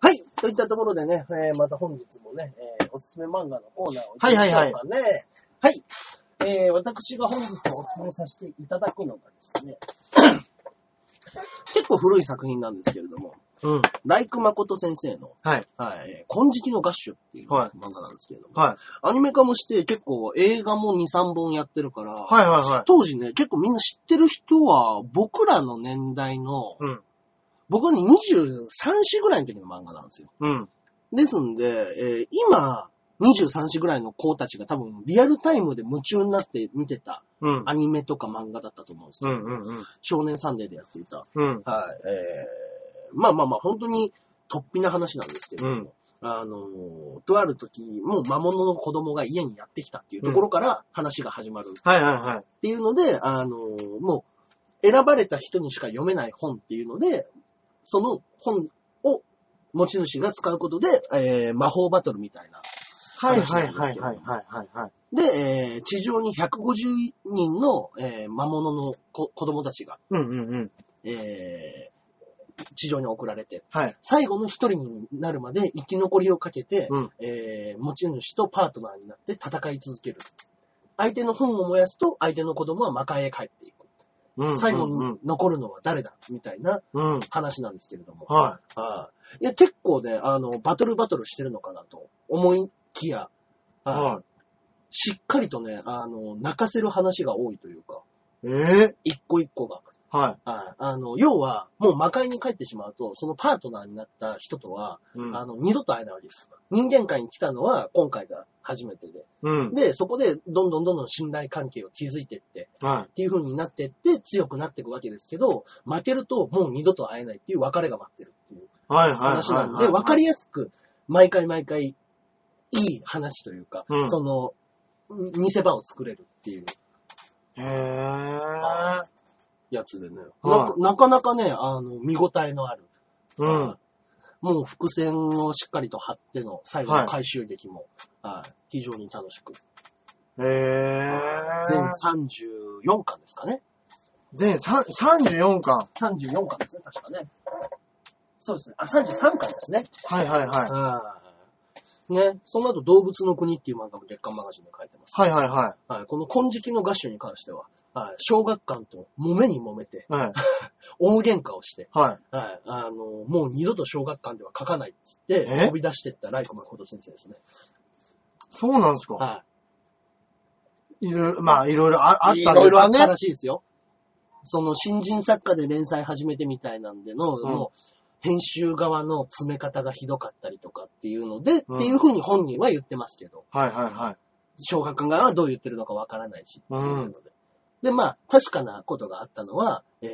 S1: はい。といったところでね、えーまた本日もね、えーおすすめ漫画のコーナーを行きましょうかね。はいはい。えー私が本日おすすめさせていただくのがですね、結構古い作品なんですけれども、
S2: うん。
S1: ライク誠先生の、
S2: はい。
S1: はい、えー金色のガッシュっていう
S2: は
S1: 漫画なんですけれども、
S2: はい。
S1: アニメ化もして結構映画も2、3本やってるから、
S2: はいはいはい。
S1: 当時ね、結構みんな知ってる人は、僕らの年代の、
S2: うん。
S1: 僕はね、23、歳ぐらいの時の漫画なんですよ。
S2: うん。
S1: ですんで、えー今、23歳ぐらいの子たちが多分リアルタイムで夢中になって見てた
S2: うん。
S1: アニメとか漫画だったと思うんです
S2: う
S1: よ。
S2: んうんうん。
S1: 少年サンデーでやっていた。
S2: うん。
S1: はい。えー、まあまあまあ、本当に突飛な話なんですけれども、あのーとある時、もう魔物の子供が家にやってきたっていうところから話が始まる
S2: はいはいはい。
S1: っていうので、あの、もう、選ばれた人にしか読めない本っていうので、その本を持ち主が使うことで、えー魔法バトルみたいな。
S2: はいはいはいはいはいはいはい。
S1: で、えー地上に150人の、えー魔物の子子供たちが、
S2: うんうんうん。
S1: えー地上に送られて、
S2: はい。
S1: 最後の一人になるまで生き残りをかけて、
S2: うん
S1: えー持ち主とパートナーになって戦い続ける。相手の本を燃やすと、相手の子供は魔界へ帰っていく。
S2: うん。
S1: 最後
S2: う
S1: に
S2: ん。
S1: 残るのは誰だみたいな
S2: うん。
S1: 話なんですけれども。。
S2: はい
S1: いや、結構ね、あの、バトルバトルしてるのかなと思いきや、
S2: い。
S1: はい
S2: は
S1: しっかりとね、あの、泣かせる話が多いというか、
S2: い。ええ
S1: 一個一個が。
S2: は
S1: はいあの、要は、もう魔界に帰ってしまうと、そのパートナーになった人とは、
S2: い。うん
S1: あの、二度と会えないわけです。人間界に来たのは今回が初めてで。
S2: うん。
S1: で、そこでどんどんどんどん信頼関係を築いていって、
S2: は
S1: っていう風になってって強くなっていくわけですけど、負けるともう二度と会えないっていう別れが待ってるっていう
S2: い。はいはいはい。
S1: 話なんで、分かりやすく、毎回毎回、いい話というか、
S2: うん
S1: その、ん見せ場を作れるっていう
S2: へぇ
S1: やつでね、
S2: はい
S1: なかなかなかね、あの、見応えのある。
S2: ー。うん。
S1: もう伏線をしっかりと張っての最後の回収劇も、はい非常に楽しく。
S2: へぇ
S1: 全34巻ですかね。
S2: 全3 34巻。
S1: 34巻ですね、確かね。そうですね。あ、33巻ですね。
S2: はいはいはい。
S1: はいね、その後、動物の国っていう漫画も月刊マガジンで書いてます。
S2: はいはいは
S1: はい、この金色の合唱に関しては、はい、小学館と揉めに揉めて、
S2: い。はい。
S1: 大喧嘩をして、
S2: はい。
S1: はい、あの、もう二度と小学館では書かないっつって、
S2: え
S1: 飛び出してったライコ誠先生ですね。
S2: そうなんですか
S1: はい
S2: ろいろ、まあいろいろああっ
S1: い。
S2: たん
S1: ろ
S2: で
S1: い
S2: す
S1: ろあ
S2: よ
S1: った
S2: ね
S1: ら。しいですよ。その新人作家で連載始めてみたいなんでの、
S2: ん
S1: もう、編集側の詰め方がひどかったりとかっていうので、
S2: うん
S1: っていうふうに本人は言ってますけど。
S2: はいはいはい。
S1: 小学館側はどう言ってるのかわからないし、
S2: うん
S1: っていうので。で、まあ、確かなことがあったのは、えー、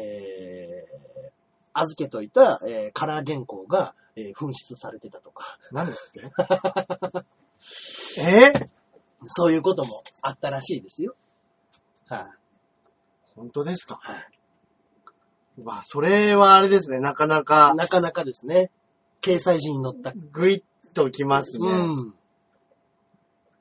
S1: 預けといた、えーカラー原稿が、えー紛失されてたとか、
S2: 何ですって えー、
S1: そういうこともあったらしいですよ。はい、
S2: 本当ですか
S1: はいう
S2: わ、それはあれですね、なかなか、
S1: なかなかですね、掲載時に載った。
S2: ぐいっときますね。
S1: うん。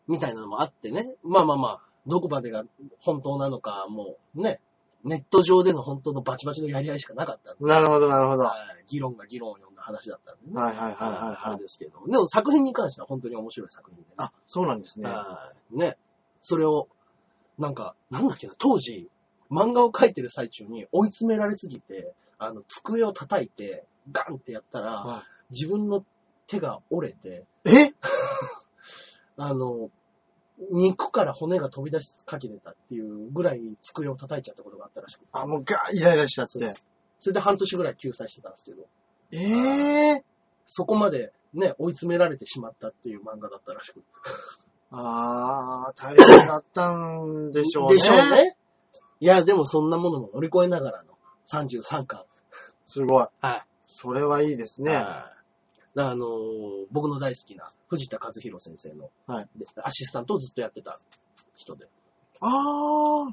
S1: みたいなのもあってね。まあまあまあ、どこまでが本当なのか、もうね、ネット上での本当のバチバチのやり合いしかなかったんで、
S2: なるほどなるほど。は
S1: はい議論が議論を呼んだ話だったんでね
S2: い。はいはいはい
S1: あ
S2: は
S1: れ
S2: い。
S1: ですけど。でも作品に関しては本当に面白い作品で、ね。
S2: あ、そうなんですね。
S1: はいね。それを、なんか、なんだっけな、当時、漫画を描いてる最中に追い詰められすぎて、あの、机を叩いて、ガンってやったら、
S2: は
S1: 自分の手が折れて、
S2: いえ
S1: あの、肉から骨が飛び出しかけてたっていうぐらいに机を叩いちゃったことがあったらしくて。
S2: あ、もうガーイライラしちゃっ
S1: そうで
S2: て。
S1: す。それで半年ぐらい救済してたんですけど、
S2: ええー。
S1: そこまでね、追い詰められてしまったっていう漫画だったらしくて
S2: ああ、大変だったんでしょうね。
S1: でしょう。ね。いや、でもそんなものも乗り越えながらの33巻。
S2: すごい。
S1: は
S2: それはいいです
S1: い。
S2: ね。
S1: あのー僕の大好きな藤田和弘先生の、
S2: はい
S1: でアシスタントをずっとやってた人で。
S2: ああ、は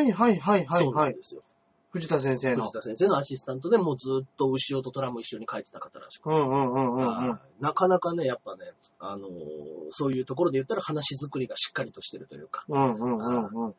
S2: いはいはいはい
S1: そうな
S2: は
S1: ん
S2: い。
S1: ですよ。
S2: 藤田先生の
S1: 藤。田先生のアシスタントでもうずっと牛尾と虎も一緒に書いてた方らしく。
S2: うんうんうんうんうん
S1: あ。ーなかなかね、やっぱね、あのーそういうところで言ったら話作りがしっかりとしてるというか、
S2: うんうんうんうん。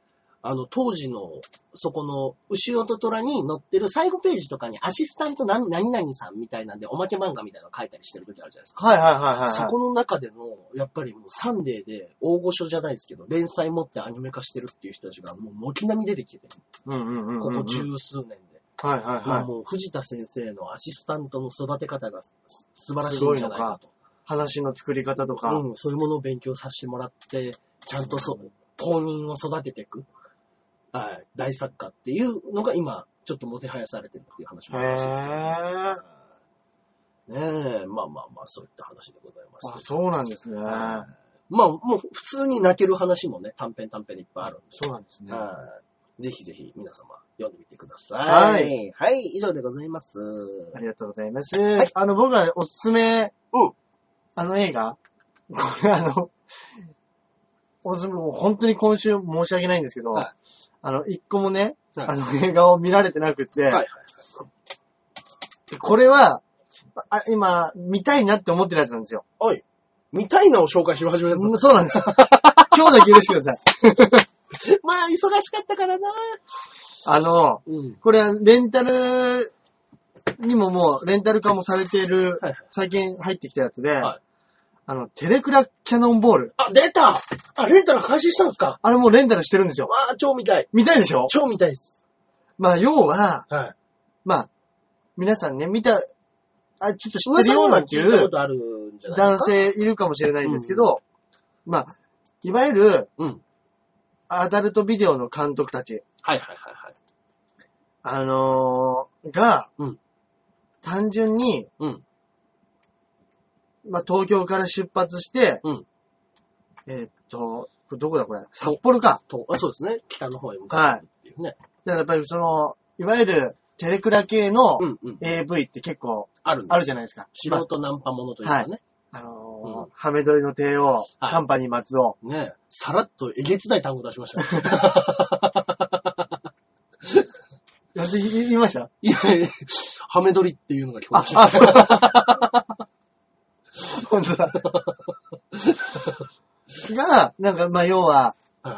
S1: あの、当時の、そこの、牛音虎に載ってる最後ページとかにアシスタント何何々さんみたいなんで、おまけ漫画みたいなの書いたりしてる時あるじゃないですか。
S2: はいはいはいはい。
S1: そこの中での、やっぱりもうサンデーで大御所じゃないですけど、連載持ってアニメ化してるっていう人たちがもう軒並み出てきてて、
S2: うんうんうんうんうん。
S1: ここ十数年で。
S2: はいはい
S1: まあ
S2: はい。
S1: もう藤田先生のアシスタントの育て方がす素晴らしいんじゃないかと。
S2: 話の作り方とか。
S1: うん、そういうものを勉強させてもらって、ちゃんとそう、公認を育てていく、はい、大作家っていうのが今、ちょっともてはやされてるっていう話もあるらしいですけど。
S2: へー。
S1: ねえ、まあまあまあ、そういった話でございますけど
S2: あ、そうなんですね。
S1: まあ、もう普通に泣ける話もね、短編短編でいっぱいあるんで。
S2: そうなんですね。
S1: はいぜひぜひ皆様読んでみてくださ。
S2: はい
S1: はい、以上でございます。
S2: ありがとうございます。
S1: はい
S2: あの、僕はおすすめ、
S1: うん
S2: あの映画、これあの、おすすめ、本当に今週申し訳ないんですけど、
S1: は
S2: あの、一個もね、
S1: はい
S2: あの映画を見られてなくって、
S1: はいはい
S2: これは、あ今、見たいなって思ってるやつなんですよ。
S1: おい、見たいのを紹介し始めた
S2: うんそうなん です。今日だけ許してください。
S1: まあ、忙しかったからな。
S2: あの、
S1: うん。
S2: これはレンタルにももう、レンタル化もされている
S1: はいはい、
S2: 最近入ってきたやつで、
S1: はい
S2: あの、テレクラキャノンボール。
S1: あ、出たあ、レンタル開始したんすか
S2: あれもうレンタルしてるんですよ。
S1: わあ、超見たい。
S2: 見たいでしょ
S1: 超見たいっす。
S2: まあ、要は、
S1: はい。
S2: まあ、皆さんね、見た、あ、ちょっと知ってる
S1: 噂
S2: よう
S1: に
S2: な
S1: は
S2: って
S1: 聞いた
S2: い
S1: こ
S2: う
S1: とあるんじゃないで
S2: 男
S1: すか。
S2: 性いるかもしれないんですけど、まあ、いわゆる、
S1: うん。
S2: アダルトビデオの監督たち、
S1: はいはいはいはい。
S2: あのーが、
S1: うん
S2: 単純に、
S1: うん。
S2: まあ、東京から出発して、
S1: うん
S2: えーっと、これどこだこれ札幌か。
S1: と、あそうですね。北の方へ向かってっていうね。
S2: だからやっぱりその、いわゆるテレクラ系の
S1: うんうん。
S2: AV って結構
S1: あるんです
S2: あるじゃないですか。ま
S1: 素人ナンパものというかね。
S2: あのー
S1: うん
S2: ハメ撮りの帝王、
S1: はい
S2: カンパニー松尾。
S1: ねえ、さらっとえげつない単語出しましたね。
S2: やって言いました
S1: いや、ハメ撮りっていうのが聞こえ
S2: あ
S1: まし、た。
S2: あ、そう。本 当だ。が、なんか、まあ、要は、
S1: はい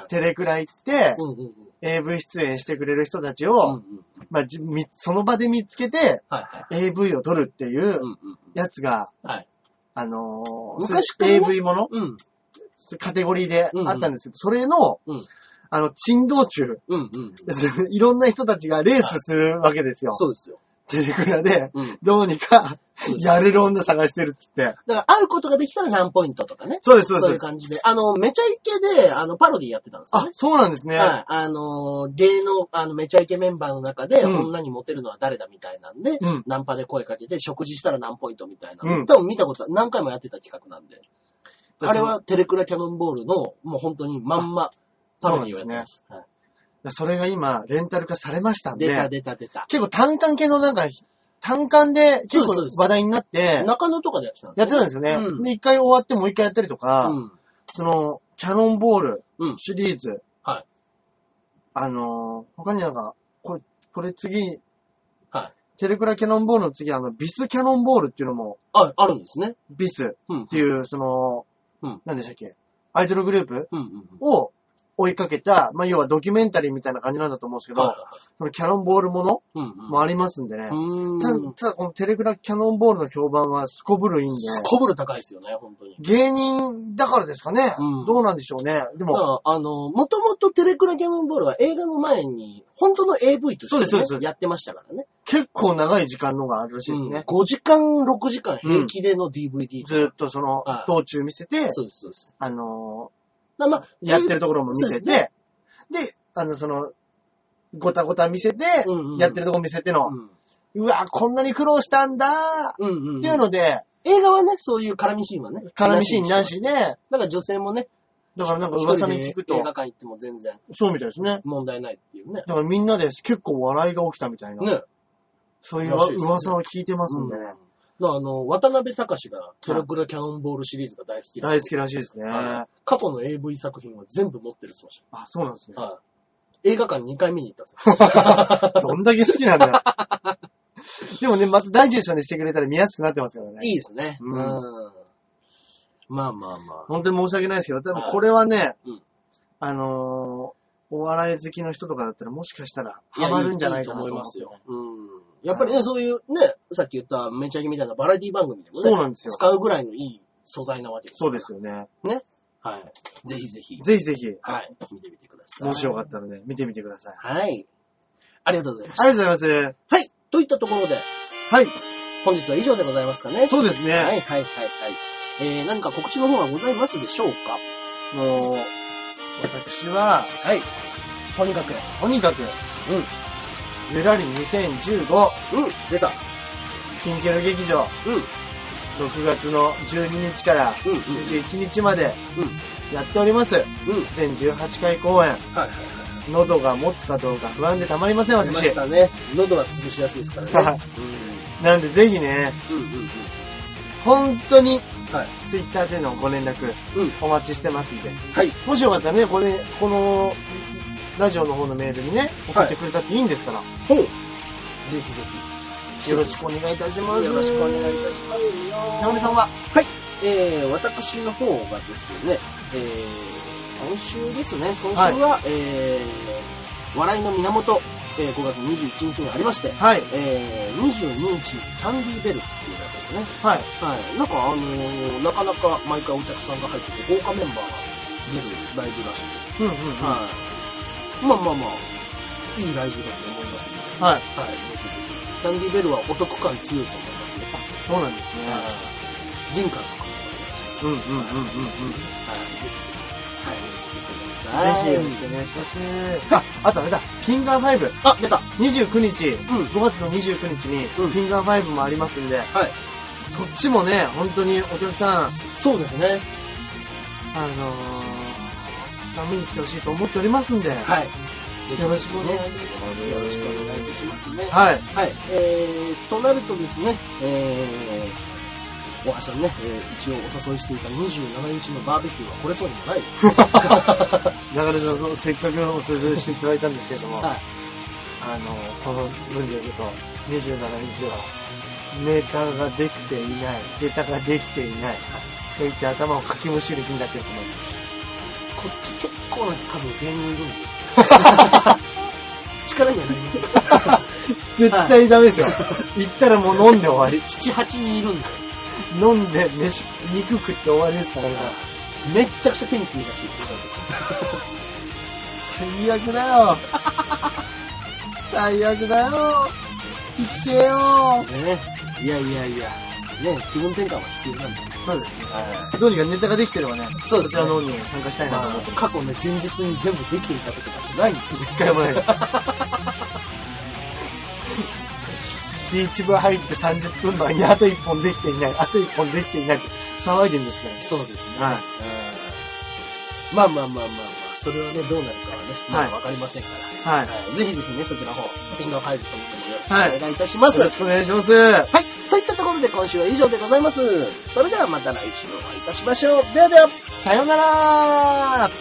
S2: テレクラ行って、
S1: うんうんうん。
S2: AV 出演してくれる人たち
S1: うんう
S2: を、
S1: ん。
S2: まあ、じみその場で見つけて、
S1: はいはい。
S2: AV を撮るってい
S1: うん
S2: う
S1: うん
S2: やつが、
S1: はい
S2: あのー
S1: 昔
S2: そ
S1: から
S2: う
S1: ね
S2: いう AV もの
S1: うん。うん
S2: カテゴリーで
S1: うんうん
S2: あったんですけど、それの、
S1: うん
S2: あの、珍道中、
S1: うんうん。
S2: いろんな人たちがレースするわけですよ。
S1: そうですよ。
S2: テレクラで、
S1: うん。
S2: どうにか
S1: そう、です
S2: やれる女探してるっつって。
S1: だから会うことができたら何ポイントとかね。
S2: そうです、そう
S1: そうい
S2: で
S1: う
S2: す。
S1: 感じで。あの、めちゃイケで、あの、パロディやってたんですよ
S2: あ
S1: ね、。
S2: そうなんですね。
S1: はい。あの、芸能、あの、めちゃイケメンバーの中で、
S2: うん
S1: 女にモテるのは誰だみたいなんで、
S2: うん
S1: ナンパで声かけて、食事したら何ポイントみたいな。
S2: うん
S1: 多分見たこと、何回もやってた企画なんで。あれはテレクラキャノンボールの、もう本当にまんま、パロディをやってます。はい
S2: それが今、レンタル化されましたん
S1: 出た
S2: で、
S1: 出た出た。
S2: 結構単管系のなんか、単管で結
S1: そう
S2: 構
S1: です
S2: 話題になって、
S1: 中野とかでやってたんです
S2: やってたん
S1: んで
S2: ですよね。
S1: うん
S2: で、一回終わってもう一回やったりとか、
S1: うん。
S2: その、キャノンボール
S1: うん
S2: シリーズ。
S1: はい
S2: あのー他になんか、これ、これ次、
S1: はい。
S2: テレクラキャノンボールの次、あの、ビスキャノンボールっていうのも、
S1: あ、あるんですね。
S2: ビス
S1: うん。うん
S2: っていう、その、
S1: うん
S2: 何でしたっけ、アイドルグループ
S1: うんうん。
S2: を追いかけた、まあ、要はドキュメンタリーみたいな感じなんだと思うんですけど、
S1: はいはい
S2: そのキャノンボールもの
S1: うん
S2: もありますんでね。
S1: うん。う
S2: た
S1: ーん。
S2: ただ、このテレクラキャノンボールの評判はすこぶるいいんで、
S1: すこぶる高いですよね、本当に。
S2: 芸人だからですかね、
S1: うん
S2: どうなんでしょうね。でも、
S1: まあ、あの、もともとテレクラキャノンボールは映画の前に、本当の AV とし
S2: そう
S1: て、ね、
S2: ですそうですそうです
S1: やってましたからね。
S2: 結構長い時間のがあるらしいですね。
S1: 5時間、6時間平気での DVD。
S2: ずーっとその
S1: は、い
S2: 道中見せて、
S1: そうです、そうです。
S2: あの
S1: だまあ、
S2: ーやってるところも見せ
S1: そう
S2: て、であの、その、ごたごた見せて、
S1: うんうん
S2: やってるとこ見せての、
S1: うん。
S2: うわ、こんなに苦労したんだ
S1: うんうん、
S2: ーっていうので、
S1: 映画はね、そういう絡みシーンはね。
S2: 絡みシーンなしで、
S1: だから女性もね、
S2: だからなんか
S1: 一
S2: 噂
S1: 人
S2: に
S1: で
S2: 聞く
S1: 映
S2: と
S1: 画、館行っても全然
S2: そうみたいですね。
S1: 問題ないっていうね。
S2: だからみんなで結構笑いが起きたみたいな、
S1: ね。
S2: そういう
S1: らしいですね
S2: 噂を聞いてますんでね、
S1: うんあの、渡辺隆がテレクラキャノンボールシリーズが大好きで
S2: 大好きらしいですね。
S1: はい過去の AV 作品は全部持ってるそうでし
S2: あ、そうなんですね
S1: た。。はい。映画館2回見に行ったんですよ。
S2: どんだけ好きなんだよ。でもね、またダイジェストにしてくれたら見やすくなってますからね。
S1: いいですね。
S2: う
S1: うんん。まあまあまあ。
S2: 本当に申し訳ないですけど、多分これはね、
S1: うん
S2: あのお笑い好きの人とかだったらもしかしたらハマるんじゃないかなと思
S1: や
S2: い
S1: いい
S2: ま
S1: ますす
S2: よ
S1: よ。。うん。やっぱりね、そういうね、さっき言っためちゃげみたいなバラエティ番組でもね、
S2: そうなんですよ
S1: 使うぐらいのいい素材なわけです。
S2: そうで。すよね。
S1: はい。ぜひぜひ。
S2: ぜひぜひ、
S1: はい。見てみてください。
S2: もしよかったらね、見てみてください。
S1: はい。ありがとうございまし
S2: ありがとうございま
S1: た。はい。といったところで、
S2: す。はい。
S1: 本日は以上でございますかね。
S2: そうですね。
S1: はいはいはいはい。えー、何か告知の方はございますでしょうか
S2: もう、私は、
S1: はい。とにかく、
S2: とにかく、
S1: うん。
S2: ゆらり2015、
S1: うん。出た。
S2: 緊急劇場、
S1: うん。うん。
S2: 6月の12日から
S1: うんうん
S2: 21日まで
S1: う
S2: やっております。
S1: ん。うん。
S2: 全18回公演、
S1: はいはいはい。
S2: 喉が持つかどうか不安でたまりません、
S1: ありまし
S2: 私。
S1: たね。喉は潰しやすいですからね。
S2: はいなんでぜひね、
S1: うん。うんうんうん。
S2: 本当に
S1: はい。
S2: ツイッターでのご連絡
S1: うん。
S2: お待ちしてますんで、
S1: はい。
S2: もしよかったらね、これ、このラジオの方のメールにね、送ってくれたっていいんですから、
S1: ほう。ぜひぜひ。
S2: よろしくお願いいたします。
S1: よろしくお願いいたしますよ。
S2: タオルさんは
S1: はい。えー、私の方がですね、えー、今週ですね、今週は、えー、笑いの源、えー、5月21日にありまして、
S2: はい。
S1: えー、22日にキャンディーベルっていうやつですね。
S2: はい。
S1: はい。なんかあのーなかなか毎回お客さんが入ってて、豪華メンバーが出るライブらしく
S2: うんうんうん。
S1: て、はい。まあまあまあ、いいライブだと思いますね。
S2: はい。
S1: はい。ぜひぜひキャンディーベルはお得感強いと思いますね。
S2: そうなんですね。
S1: ジンカーとかもお願いします
S2: うんうんうんうんうん。
S1: はい、ぜひぜひ。はい、
S2: ぜひよ
S1: 見
S2: ろ
S1: て
S2: しく
S1: ください。
S2: お願いします。あ、あとあれだ、フィンガー5。
S1: あ、出た。
S2: 29日、
S1: ん
S2: 5月の29日に、フ
S1: うん
S2: ィンガー5もありますんで、
S1: はい。
S2: そっちもね、本当にお客さん、
S1: そうですね。
S2: あのー、さん見に来てほしいと思っておりますんで、
S1: はい。
S2: よろしくお願いします。
S1: よろしくお願いいたしますね。い。
S2: はい。
S1: はい。えー、となるとですね、えー、大橋さんね、えー一応お誘いしていた27日のバーベキューはこれそうにもない です。は
S2: 流れのせっかくお勧めしていただいたんですけれども、
S1: い。
S2: あのー、この分で言うと、27日は、メーターができていない、データができていない、といって頭をかきむしる日になってると思い ます。
S1: こっち結構な数の芸人いるんで。力にはなります。
S2: 絶対ダメですよ。行ったらもう飲んで終わり。
S1: 7、8人いるんで。
S2: 飲んで、飯、肉食って終わりですからね。
S1: めっちゃくちゃ天気いいらしいですよ。
S2: 最悪だ よ。最悪だよ。行ってよ。
S1: ね、いやいやいや、ね、気分転換は必要なんで。
S2: そうですね。
S1: は
S2: どうにかネタができてればね、
S1: そう
S2: こ
S1: で
S2: ち
S1: すね
S2: らの方に参加したいなと思ってます。
S1: 過去ね、前日に全部できていた時なんてないんで。
S2: 一回もないです。ビーチ部入って30分前にあと1本できていない、あと1本できていないって騒いでるんですからね。
S1: そうですね。
S2: はい
S1: うんまあまあまあまあまあ、それはね、どうなるかはね、ま
S2: はい
S1: あわかりませんから。
S2: はい。
S1: はいぜひぜひね、そちらの方、スピンガー5ともともよろしくお願いいたします。
S2: よろしくお願いします。
S1: はい。といったところで今週は以上でございます。それではまた来週お会いいたしましょう。ではでは。
S2: さよなら